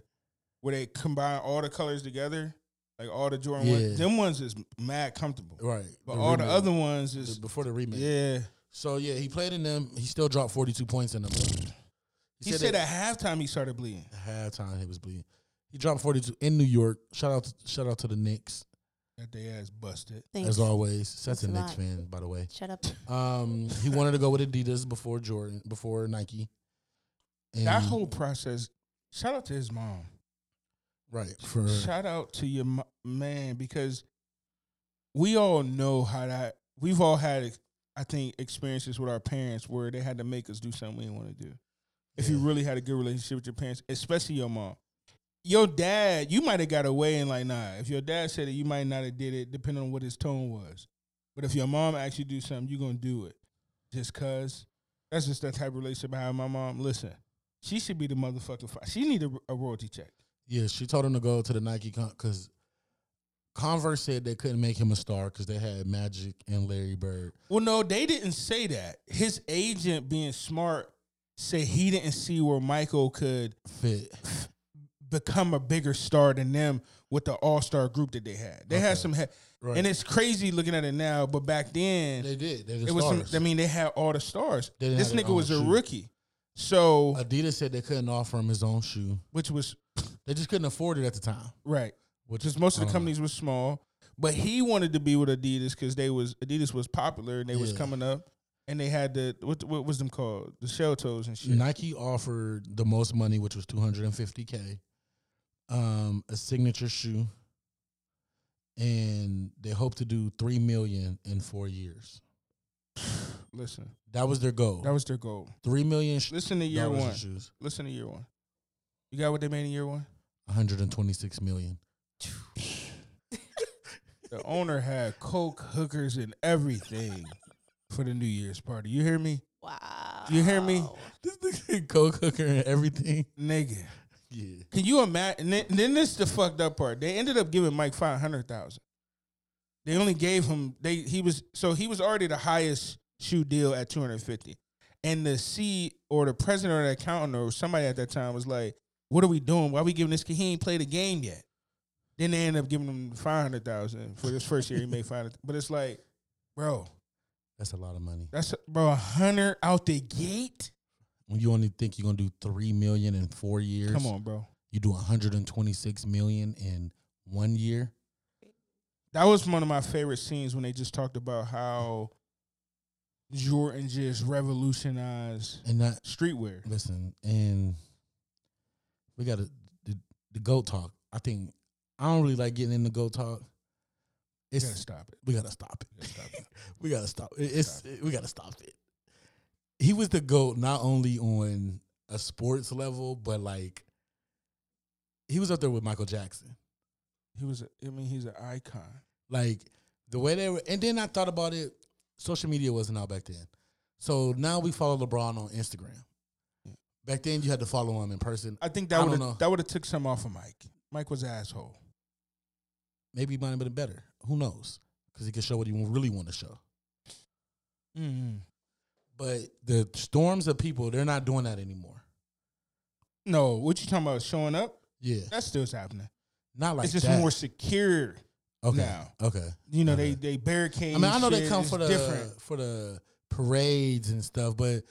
where they combine all the colors together, like all the Jordan Yeah. ones. Them ones is mad comfortable. right? But all the remake. other ones The- is before the remake. yeah. So yeah, he played in them. He still dropped 42 points in them. He, He said at halftime he started bleeding. at halftime he was bleeding. He dropped 42 in New York. Shout out, to, shout out to the Knicks That they ass busted. Thanks. as always. Such Thanks a a Knicks lot. fan, by the way. Shut up. Um, he wanted to go with Adidas before Jordan, before Nike. And, That whole process. Shout out to his mom. right for Shout out to your mo- man because we all know how that. We've all had, I think, experiences with our parents where they had to make us do something we didn't want to do. If you Yeah. really had a good relationship with your parents, especially your mom, your dad, you might have got away and like, nah. If your dad said it, you might not have did it, depending on what his tone was. But if your mom asked you to do something, you're gonna do it, just cause. That's just that type of relationship I have. with My mom, listen, she should be the motherfucking. fi- She need a, a royalty check. yeah. She told him to go to the Nike because Converse said they couldn't make him a star because they had Magic and Larry Bird. Well, no, they didn't say that. His agent, being smart, said he didn't see where Michael could Fit become a bigger star than them with the All Star group that they had. They had Okay. some, he- right. and it's crazy looking at it now. But back then, they did. They it was. Some, I mean, mean, they had all the stars. They didn't This have their nigga was own a shoe. rookie, so Adidas said they couldn't offer him his own shoe. which was They just couldn't afford it at the time. right. Which Just most of I the don't know. companies were small, but he wanted to be with Adidas because they was Adidas was popular and they was Yeah. coming up, and they had the what what was them called the shell toes and shit. Nike offered the most money, which was 250k, um, a signature shoe, and they hope to do three million in four years. Listen, That was their goal. that was their goal. three million sh- Listen to year dollars in one. shoes, Listen to year one. You got what they made in year one? 126 million. The owner had coke, hookers, and everything for the New Year's party. You hear me, Wow. You hear me? This nigga coke hooker and everything. nigga? Yeah, Can you imagine? Then this is the fucked up part. They ended up giving Mike five hundred thousand. They only gave him they he was so he was already the highest shoe deal at 250. And the C or the president or the accountant or somebody at that time was like, What are we doing? Why are we giving this kid he ain't played a game yet? Then they end up giving him five hundred thousand for this first year he made five hundred. But it's like, bro, That's a lot of money. that's bro, a hundred out the gate. When you only think you're gonna do three million in four years, Come on, bro. you do 126 million in one year. That was one of my favorite scenes when they just talked about how Jordan just revolutionized And that streetwear. listen, and we got to the, the goat talk. I think I don't really like getting into goat talk. You It's gotta stop it. we gotta stop You it. gotta stop it. we gotta stop. It, it's we gotta stop it. He was the goat not only on a sports level, but like he was up there with Michael Jackson. He was. A, I mean, he's an icon. Like the way they were, and then I thought about it. Social media wasn't out back then, so now we follow LeBron on Instagram. Back then, you had to follow him in person. I think I that don't would know. have that would have took some off of Mike. Mike was an asshole. Maybe he might have been better. Who knows? Because he could show what he really want to show. Mm-hmm. But the storms of people, they're not doing that anymore. No, what you talking about? Showing up? Yeah, That still's happening. not like it's just that. more secure. okay. now. Okay. You know, Okay. they they barricade. I mean, I know they shit. come It's for the different. for the parades and stuff, but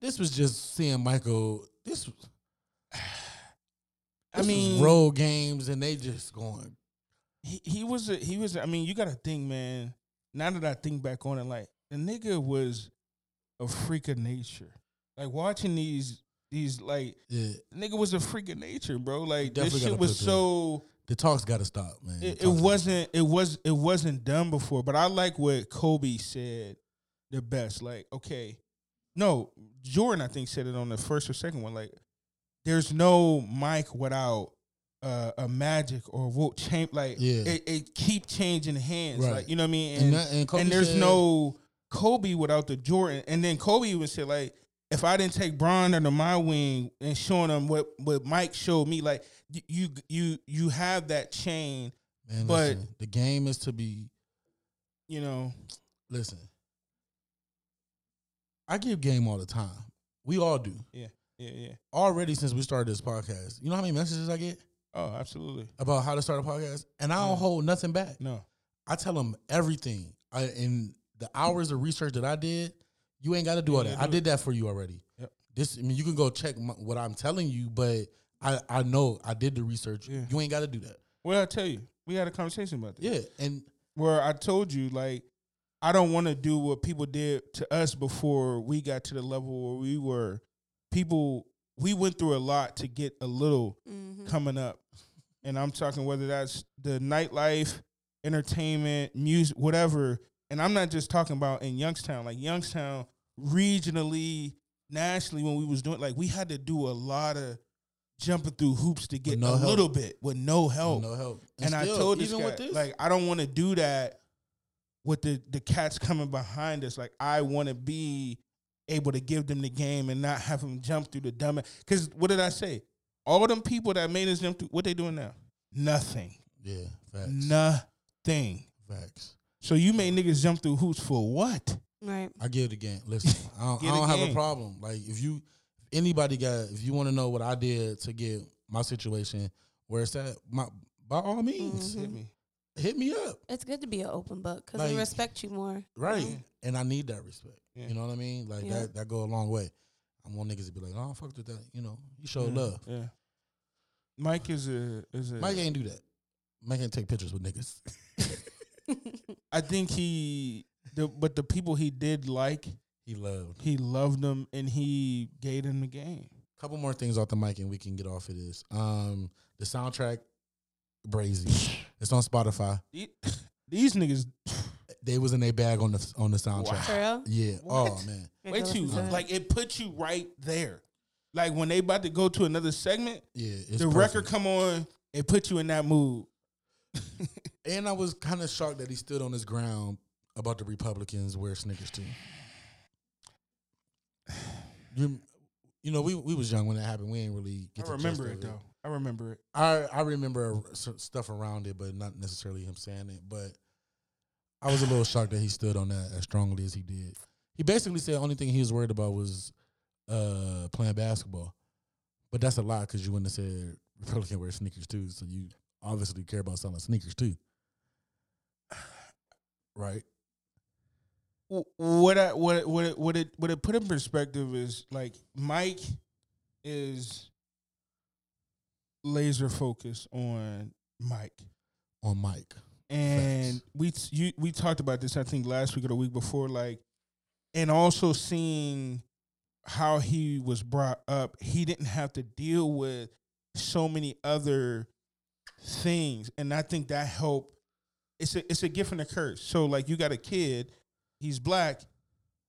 this was just seeing Michael. This, was- I this was mean, road games, and they just going. he, he was a, he was. a- I mean, you got to think, man. Now that I think back on it, like the nigga was a freak of nature. Like watching these these like Yeah, the nigga was a freak of nature, bro. Like Definitely this gotta shit was put the- so. the talk's got to stop, man. The It, it talk's gotta- wasn't. It was. It wasn't done before. But I like what Kobe said. The best. Like okay, no Jordan. I think said it on the first or second one. Like there's no Mike without uh, a Magic or Wilt Champ. Like Yeah. it, it keep changing hands. Right. Like you know what I mean. And And, and, that- and Kobe there's said- no Kobe without the Jordan. And then Kobe even said like. If I didn't take Bron under my wing and showing him what, what Mike showed me, like y- you you you have that chain Man, but- listen, the game is to be. you know, Listen, I give game all the time. We all do. yeah, yeah, yeah. Already since we started this podcast, you know how many messages I get Oh, absolutely. about how to start a podcast, and I don't Mm. hold nothing back. No, I tell them everything. I, in the hours of research that I did, you ain't got to do all that. I did that for you already. Yep. This, I mean, you can go check my, what I'm telling you, but I, I know I did the research. Yeah. You ain't got to do that. well, I tell you, we had a conversation about this. Yeah, and where I told you like I don't want to do what people did to us before we got to the level where we were. People, we went through a lot to get a little Mhm. coming up, and I'm talking whether that's the nightlife, entertainment, music, whatever. And I'm not just talking about in Youngstown, like Youngstown regionally, nationally. When we was doing, like we had to do a lot of jumping through hoops to get no a help. little bit with no help no help. and I still, told this guy, like, I don't want to do that with the the cats coming behind us. Like, I want to be able to give them the game and not have them jump through the dumb. Because what did I say? All them people that made us jump through, what they doing now? Nothing, yeah, facts, nothing. facts. So you made niggas jump through hoops for what? Right. I give the game. Listen, I don't, I Get a don't have a game. problem. Like if you, if anybody got, if you want to know what I did to get my situation where it's at, my by all means, Hit me. hit me up. It's good to be an open book because Like- they respect you more. Right. And I need that respect. Yeah. You know what I mean? Like Yeah. that that go a long way. I want niggas to be like, oh, I fucked with that. You know, you show Yeah, love. Yeah. Mike is a is a. Mike ain't do that. Mike ain't take pictures with niggas. I think he the but the people he did like, He loved. he loved them and he gave them the game. Couple more things off the mic and we can get off of this. Um, the soundtrack, Brazy. it's on Spotify. The- These niggas They was in their bag on the on the soundtrack. For real? Yeah. Oh What? man. Gotta wait go you listen to that. like it put you right there. Like when they about to go to another segment, Yeah. It's the record perfect. come on, it put you in that mood. and I was kind of shocked that he stood on his ground about the Republicans wear sneakers too. You, you know, we we was young when that happened. We ain't really. I Get the remember gist it of though. I remember it. I I remember s- stuff around it, but not necessarily him saying it. But I was a little shocked that he stood on that as strongly as he did. He basically said the only thing he was worried about was uh, playing basketball, but that's a lie because you wouldn't have said Republican wear sneakers too. So you obviously care about selling sneakers too, right? Wh- what I what what it, what it what it put in perspective is like Mike is laser focused on Mike, On Mike, and Facts. we t- you we talked about this I think last week or the week before, like, and also seeing how he was brought up, he didn't have to deal with so many other things, and I think that helped. It's a it's a gift and a curse. So like you got a kid he's black.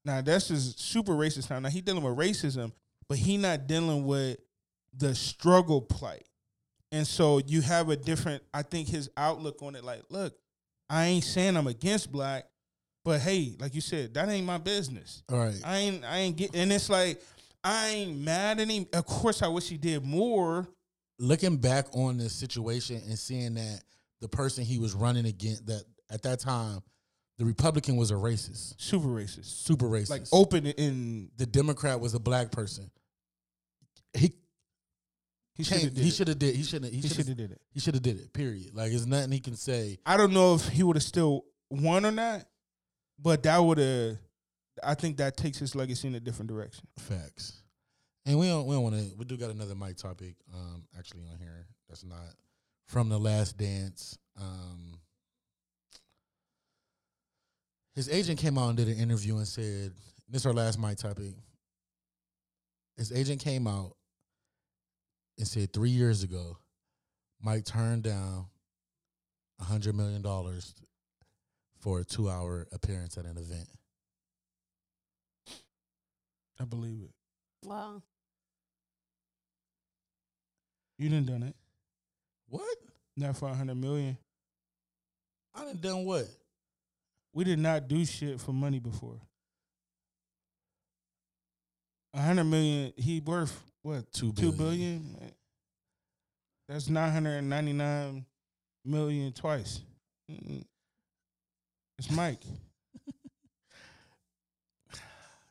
Now that's just super racist now. Now he dealing with racism, but he not dealing with the struggle plight. And so you have a different, I think his outlook on it, like, look, I ain't saying I'm against black, but hey, like you said, that ain't my business. all right. I ain't I ain't get and it's like I ain't mad at him. Of course I wish he did more. looking back on this situation and seeing that the person he was running against that at that time, the Republican was a racist, Super racist. super racist. Oh, Like open and the Democrat was a black person. He he should have changed, did he it. should have did he should have he He should should have have did it. he should have did it. Period. Like it's nothing he can say. I don't know if he would have still won or not, but that would have. I think that takes his legacy in a different direction. Facts. And we don't we don't want to. We do got another mic topic um actually on here that's not from the Last Dance. Um, his agent came out and did an interview and said, "This is our last mic topic." His agent came out and said three years ago, Mike turned down a hundred million dollars for a two-hour appearance at an event. I believe it. Wow. You didn't done it. What? Not for a hundred million. I done done what? We did not do shit for money before. A hundred million. He worth what? Two Two billion. billion. That's nine hundred and ninety nine million twice. Mm-mm. It's Mike.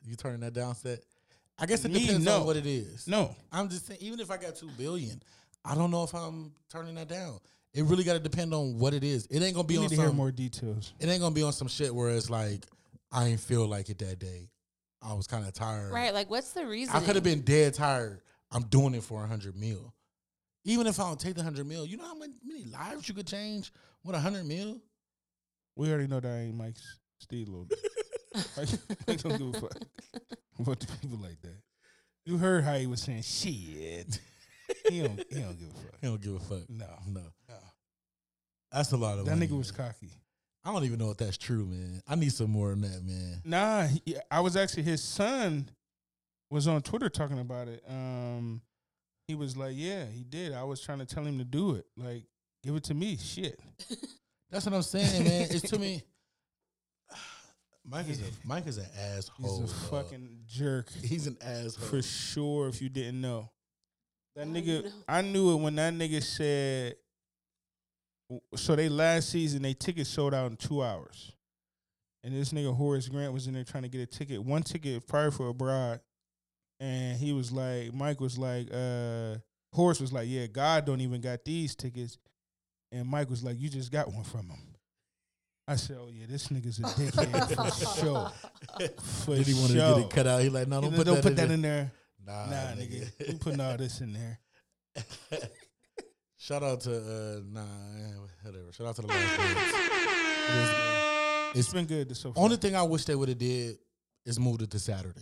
You turning that down set? I guess it Me, depends no. on what it is. No, I'm just saying, even if I got two billion, I don't know if I'm turning that down. It really got to depend on what it is. It ain't gonna be we on need to hear some. more details. It ain't gonna be on some shit where it's like I ain't feel like it that day. I was kind of tired. Right. Like, what's the reason? uh, I could have been dead tired. I'm doing it for a hundred mil. Even if I don't take the hundred mil, you know how many many lives you could change with a hundred mil. We already know that ain't Mike Steele. I don't give a fuck about the people like that. You heard how he was saying shit. He don't, he don't give a fuck. He don't give a fuck. No. No, that's a lot of That money, nigga was man. cocky. I don't even know if that's true, man. I need some more than that, man. Nah, he, I was actually his son was on Twitter talking about it. Um, he was like, "Yeah, he did. I was trying to tell him to do it. Like, give it to me. Shit. That's what I'm saying, man. It's to me. Mike is a Mike is an He's asshole. a dog. fucking jerk." He's an asshole. for sure if you didn't know. That How nigga, Oh, you know? I knew it when that nigga said. So they last season, they tickets sold out in two hours, and this nigga Horace Grant was in there trying to get a ticket, one ticket prior for abroad, and he was like, Mike was like, uh, Horace was like, yeah, God don't even got these tickets, and Mike was like, you just got one from him. I said, oh yeah, this nigga's a dickhead for sure. For Did he want to sure. get it cut out? He like, no, Don't don't put, that, in there. there. Nah, Nah, nigga. We putting all this in there. Shout out to uh, nah, eh, whatever. Shout out to the last. Dance. It is- It's It's been good so far. only thing I wish they would have did is moved it to Saturday.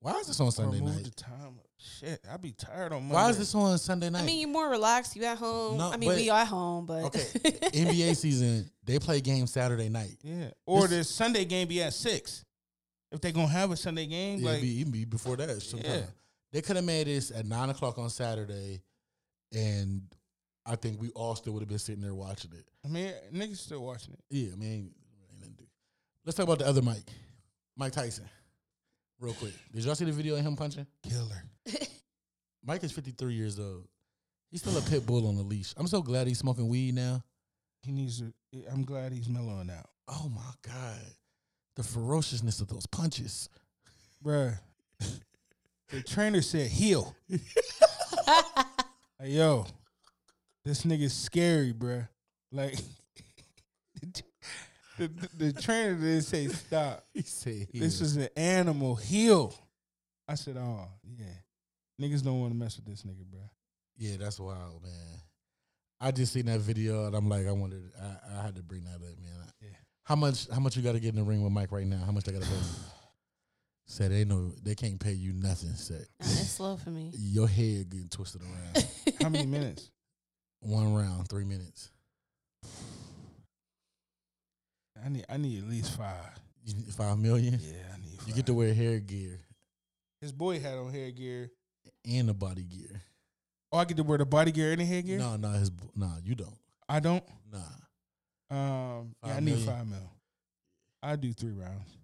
Why is this on Bro, Sunday move night? the time up. Shit, I be tired on Monday. Why is this on Sunday night? I mean, you're more relaxed. You at home. No, I mean, but- we at home, but okay, NBA season they play games Saturday night. Yeah. Or This- this Sunday game be at six. If they gonna have a Sunday game, Yeah, like it'd be, it'd be before that. Sometime. Yeah. They could have made this at nine o'clock on Saturday, and I think we all still would have been sitting there watching it. I mean, niggas still watching it. Yeah, I mean, ain't nothing to do. let's talk about the other Mike, Mike Tyson, real quick. Did y'all see the video of him punching? Killer. Mike is fifty three years old. He's still a pit bull on a leash. I'm so glad he's smoking weed now. He needs to I'm glad he's mellowing out. Oh my god, the ferociousness of those punches. Bruh. the trainer said heal. Like, yo, this nigga's scary, bruh. Like the, the, the trainer didn't say stop. He said, This is an animal. Heal. I said, oh, yeah. Niggas don't want to mess with this nigga, bruh. yeah, that's wild, man." I just seen that video and I'm like, I wondered, I, I had to bring that up, man. Yeah. How much? How much you got to get in the ring with Mike right now? How much I got to pay? you? Said they know they can't pay you nothing. Said it's slow for me. your head getting twisted around. How many minutes? One round, three minutes. I need I need at least five. You need Five million. Yeah, I need five. You get to wear hair gear His boy had on hair gear. and the body gear. Oh, I get to wear the body gear and the hair gear? No, no, his bo- no, you don't. I don't. Nah, Um, yeah, I Five need million. five mil. I do three rounds.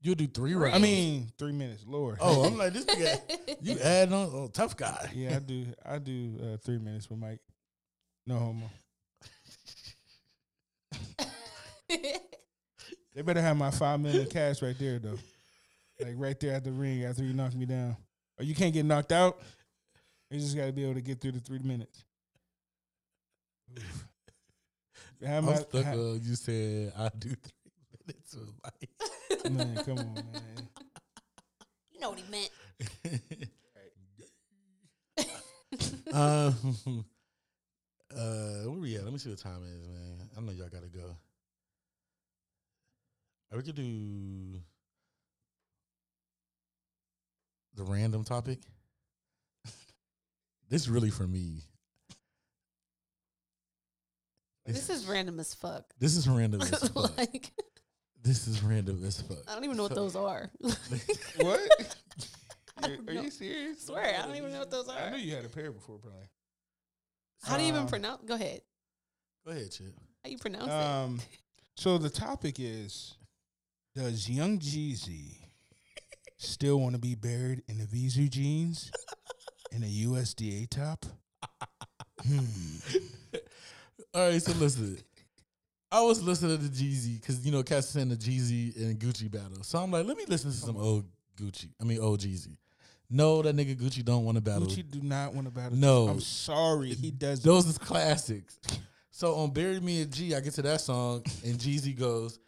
you do three rounds. I mean, three minutes. Lord. oh, I'm like this nigga. You add on, oh, tough guy. yeah, I do. I do uh, three minutes with Mike. No homo. They better have my five million cash right there though. Like right there at the ring after you knock me down. Or you can't get knocked out. You just gotta be able to get through the three minutes. Oof. Have I'm my- stuck. ha- on you said I do three minutes with Mike. man, come on, man. You know what he meant. um, uh, where we at? Let me see what time it is, man. I know y'all gotta go. Uh, We could do the random topic. this really for me. This is random as fuck. This is random as fuck. like This is random as fuck. I don't even know what those are. What? Are, don't are know. you serious? swear, I don't even know what those I are. knew you had a pair before playing. How do you even Um, pronounce? Go ahead. Go ahead, Chip. How you pronounce uh, it? Um, so the topic is: Does Young Jeezy still want to be buried in the Vizu jeans and a USDA top? Hmm. All right, so listen. I was listening to Jeezy because you know Cass saying the Jeezy and Gucci battle. So I'm like, let me listen to some old Gucci. I mean, old Jeezy. No, that nigga Gucci don't want to battle. Gucci do not want to battle. No. I'm sorry, he does. Those is classics. So on "Bury Me in G," I get to that song and Jeezy goes,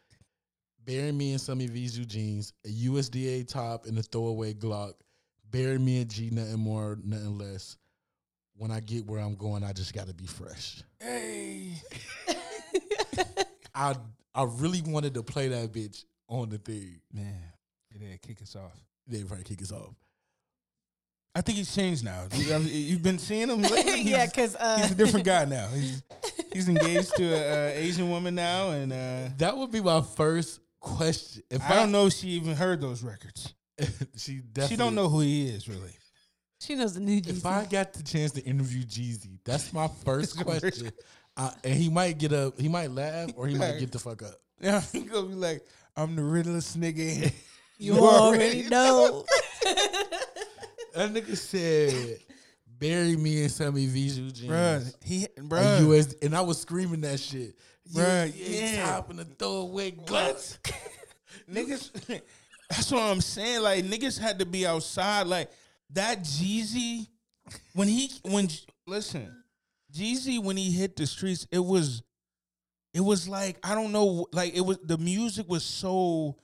"Bury me in some Evisu jeans, a USDA top, and a throwaway Glock. Bury me in G, nothing more, nothing less. When I get where I'm going, I just got to be fresh." Hey, I I really wanted to play that bitch on the thing. man, yeah, they kick us off. They probably kick us off. I think he's changed now. You- I've- You've been seeing him lately. yeah, He's- because uh, he's a different guy now. He's, he's engaged to an uh, Asian woman now, and uh, That would be my first question. If I don't know if she even heard those records. she definitely She don't know who he is really. she knows the new If Jeezy. I got the chance to interview Jeezy, that's my first your first- question. I, and he might get up, he might laugh, or he might get the fuck up. Now he gonna be like, "I'm the riddlest nigga." you already know. That nigga said, "Bury me in some Evisu jeans." Bruh, he A bruh, US, and I was screaming that shit. Bruh, yeah, yeah. top and the throwaway gloves. niggas. That's what I'm saying. Like niggas had to be outside. Like that Jeezy when he when listen, Jeezy when he hit the streets, it was it was like I don't know, like it was the music was so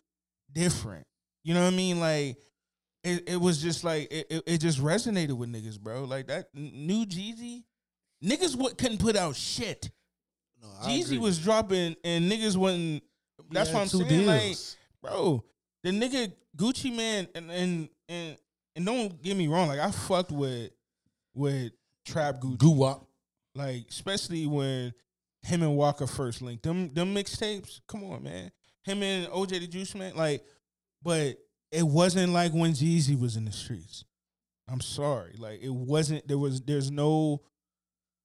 different. You know what I mean? Like it, it was just like it, it, it just resonated with niggas, bro. Like that n- new Jeezy, niggas what couldn't put out shit. No, I agree. Jeezy was dropping and niggas wasn't. That's Yeah, what I'm two saying. Like, deals. bro, the nigga Gucci man and and and and don't get me wrong. Like I fucked with with Trap Gucci. Goo Wop. Like especially when him and Walker first linked them them mixtapes. Come on, man. Him and OJ the Juice man. Like, but it wasn't like when Jeezy was in the streets. I'm sorry. Like it wasn't. There was. There's no.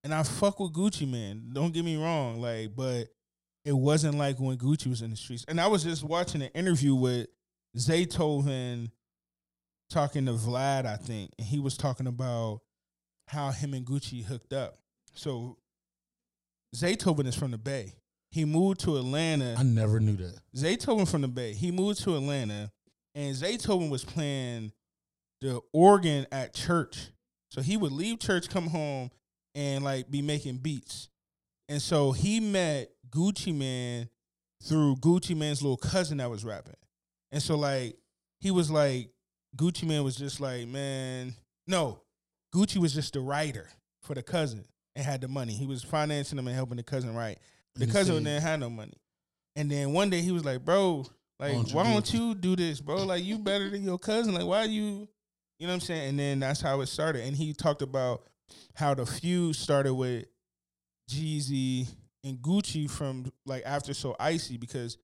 And I fuck with Gucci man. Don't get me wrong. Like, but it wasn't like when Gucci was in the streets. And I was just watching an interview with Zaytoven talking to Vlad, I think, and he was talking about how him and Gucci hooked up. So Zaytoven is from the Bay. He moved to Atlanta. I never knew that. Zaytoven from the Bay. He moved to Atlanta, and Zaytoven was playing the organ at church. So he would leave church, come home, and like be making beats. And so he met Gucci Man through Gucci Man's little cousin that was rapping. And so like he was like Gucci Man was just like man, no, Gucci was just the writer for the cousin and had the money. He was financing him and helping the cousin write. The You cousin see. didn't have no money. And then one day he was like, bro, Why like, don't you why do don't it?" you do this, bro? Like, you better than your cousin. Like, why you, you know what I'm saying? And then that's how it started. And he talked about how the feud started with Jeezy and Gucci from like after So Icy because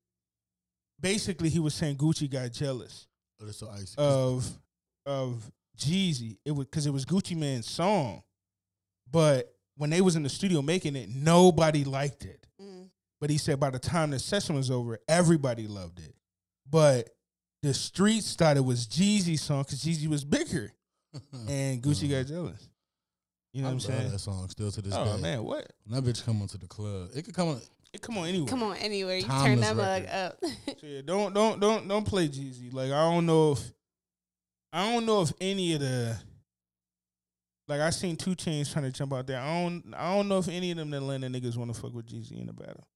basically he was saying Gucci got jealous Oh, it's so icy. of of Jeezy. It was because it was Gucci Man's song, but when they was in the studio making it, nobody liked it. Mm. But he said by the time the session was over, everybody loved it. But the streets thought it was Jeezy's song because Jeezy was bigger, and Gucci got jealous. You know I what I'm love saying? that song still to this Oh day. man, what? When that bitch come onto the club, it could come on. It come on anyway. Come on, anywhere. You turn Timeless that mug record. up. So yeah, don't don't don't don't play Jeezy. Like I don't know if I don't know if any of the like I seen two chains trying to jump out there. I don't I don't know if any of them Atlanta niggas want to fuck with Jeezy in the battle.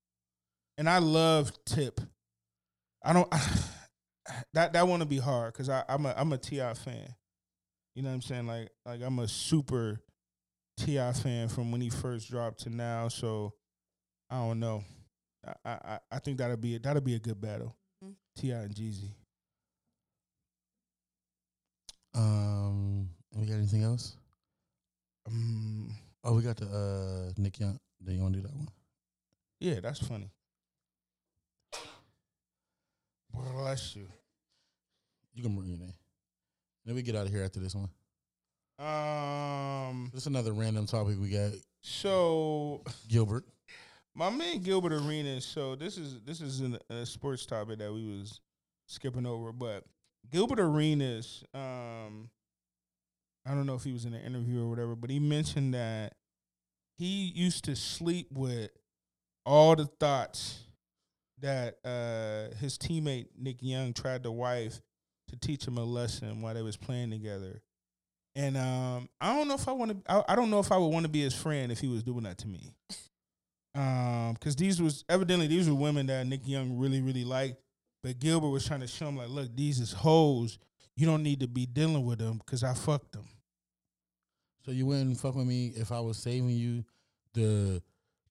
And I love Tip. I don't that that want to be hard because I I'm a I'm a Ti fan. You know what I'm saying? Like like I'm a super Ti fan from when he first dropped to now. So I don't know. I I I- I think that'll be that'll be a good battle. Mhm. Ti and Jeezy. Um, we got anything else? Um, Oh, we got the uh Nick Young. Do you want to do that one? yeah, that's funny. Bless you. You can bring it in. Then we get out of here after this one. Um, Just another random topic we got. so Gilbert. my man Gilbert Arenas. So this is this is an, a sports topic that we was skipping over, but Gilbert Arenas. Um, I don't know if he was in an interview or whatever, but he mentioned that he used to sleep with all the thoughts that uh, his teammate Nick Young tried to wife to teach him a lesson while they was playing together. And um, I don't know if I want to. I, I don't know if I would want to be his friend if he was doing that to me. Um, because these was evidently these were women that Nick Young really really liked, but Gilbert was trying to show him like, look, these is hoes. You don't need to be dealing with them because I fucked them. So you wouldn't fuck with me if I was saving you the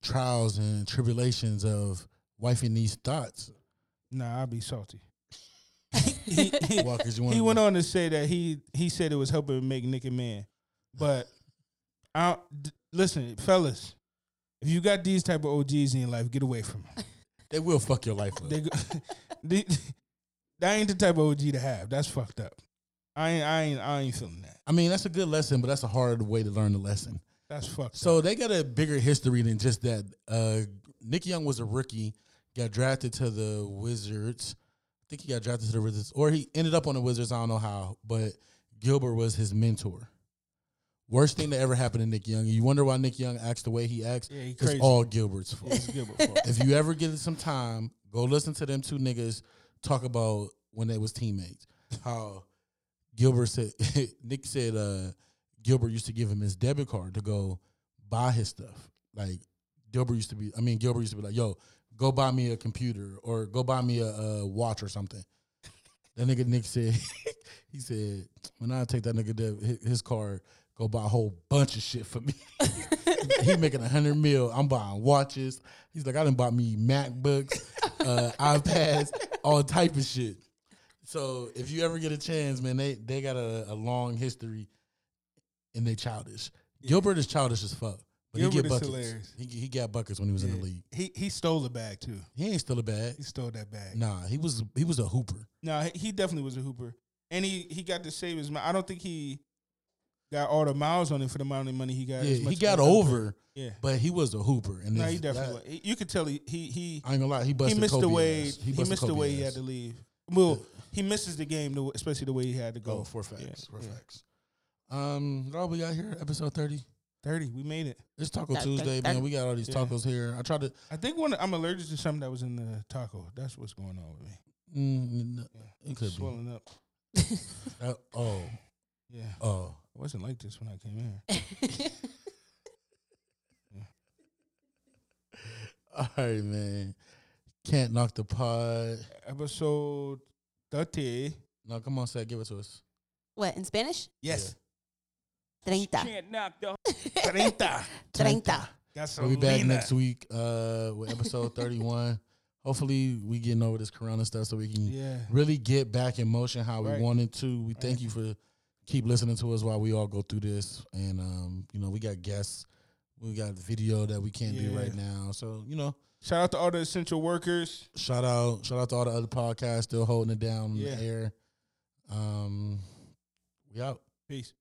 trials and tribulations of wifing these thoughts. Nah, I'd be salty. Well, 'cause you he wanna- went on to say that he he said it was helping make Nick a man, but I d- listen, fellas, if you got these type of OGs in your life, get away from 'em. They will fuck your life up. They go, they, that ain't the type of OG to have. That's fucked up. I ain't I ain't I ain't feeling that. I mean, that's a good lesson, but that's a hard way to learn the lesson. That's fucked. up. So they got a bigger history than just that. Uh, Nick Young was a rookie, got drafted to the Wizards. I think he got drafted to the Wizards, or he ended up on the Wizards. I don't know how, but Gilbert was his mentor. Worst thing that ever happened to Nick Young. You wonder why Nick Young acts the way he acts. Yeah, he it's crazy. all Gilbert's fault. It's Gilbert fault. if you ever get some time, go listen to them two niggas talk about when they was teammates. How Gilbert said Nick said uh Gilbert used to give him his debit card to go buy his stuff. Like Gilbert used to be I mean Gilbert used to be like, yo, go buy me a computer or go buy me a, a watch or something. That nigga Nick said he said, when I take that nigga deb- hi- his card, go buy a whole bunch of shit for me. he making a hundred mil. I'm buying watches. He's like, I done bought me MacBooks, uh, iPads, all type of shit. So if you ever get a chance, man, they they got a, a long history, and they childish. Gilbert is childish as fuck, but he Gilbert get is buckets. hilarious. He he got buckets when he was in the Yeah. league. He he stole the bag too. He ain't still a bad. He stole that bag. No, Nah, he was he was a hooper. he, he definitely was a hooper, and he he got to save his. mi- I don't think he got all the miles on it for the amount of money he got. Yeah, as much he as got the other over, player. Yeah, but he was a hooper. And no, this- he definitely. that- was. He- you could tell he he he, I ain't gonna lie, he he busted. missed Kobe the way ass. he, busted missed the Kobe way he ass. had to leave. Well, he misses the game, the way- especially the way he had to go. Oh, four Yeah, facts. Four yeah. facts. Um, Rob, we out here, episode 30. Thirty. We made it. It's Taco That- that- Tuesday, that- man. We got all these Yeah. tacos here. I tried to. mm, I think one. I'm allergic to something that was in the taco. That's what's going on with me. Mm, no, Yeah. it could be. Swelling up. Uh, oh, Yeah. I oh. wasn't like this when I came E-, here. All right, man. Can't knock the pod. Episode thirty. No, come on, Seth. Give it to us. What in Spanish? Yes. Treinta. Can't knock the Treinta. Treinta. We'll be back Gasolina. next week uh, with episode 31. Hopefully, we getting over this corona stuff so we can Yeah. really get back in motion how Right. we wanted to. We thank you for keep listening to us while we all go through this. And um, you know, we got guests, we got video that we can't do Yeah. right now. So you know, Shout out to all the essential workers. shout out, shout out to all the other podcasts still holding it down in Yeah. the air. Um, we out. Peace.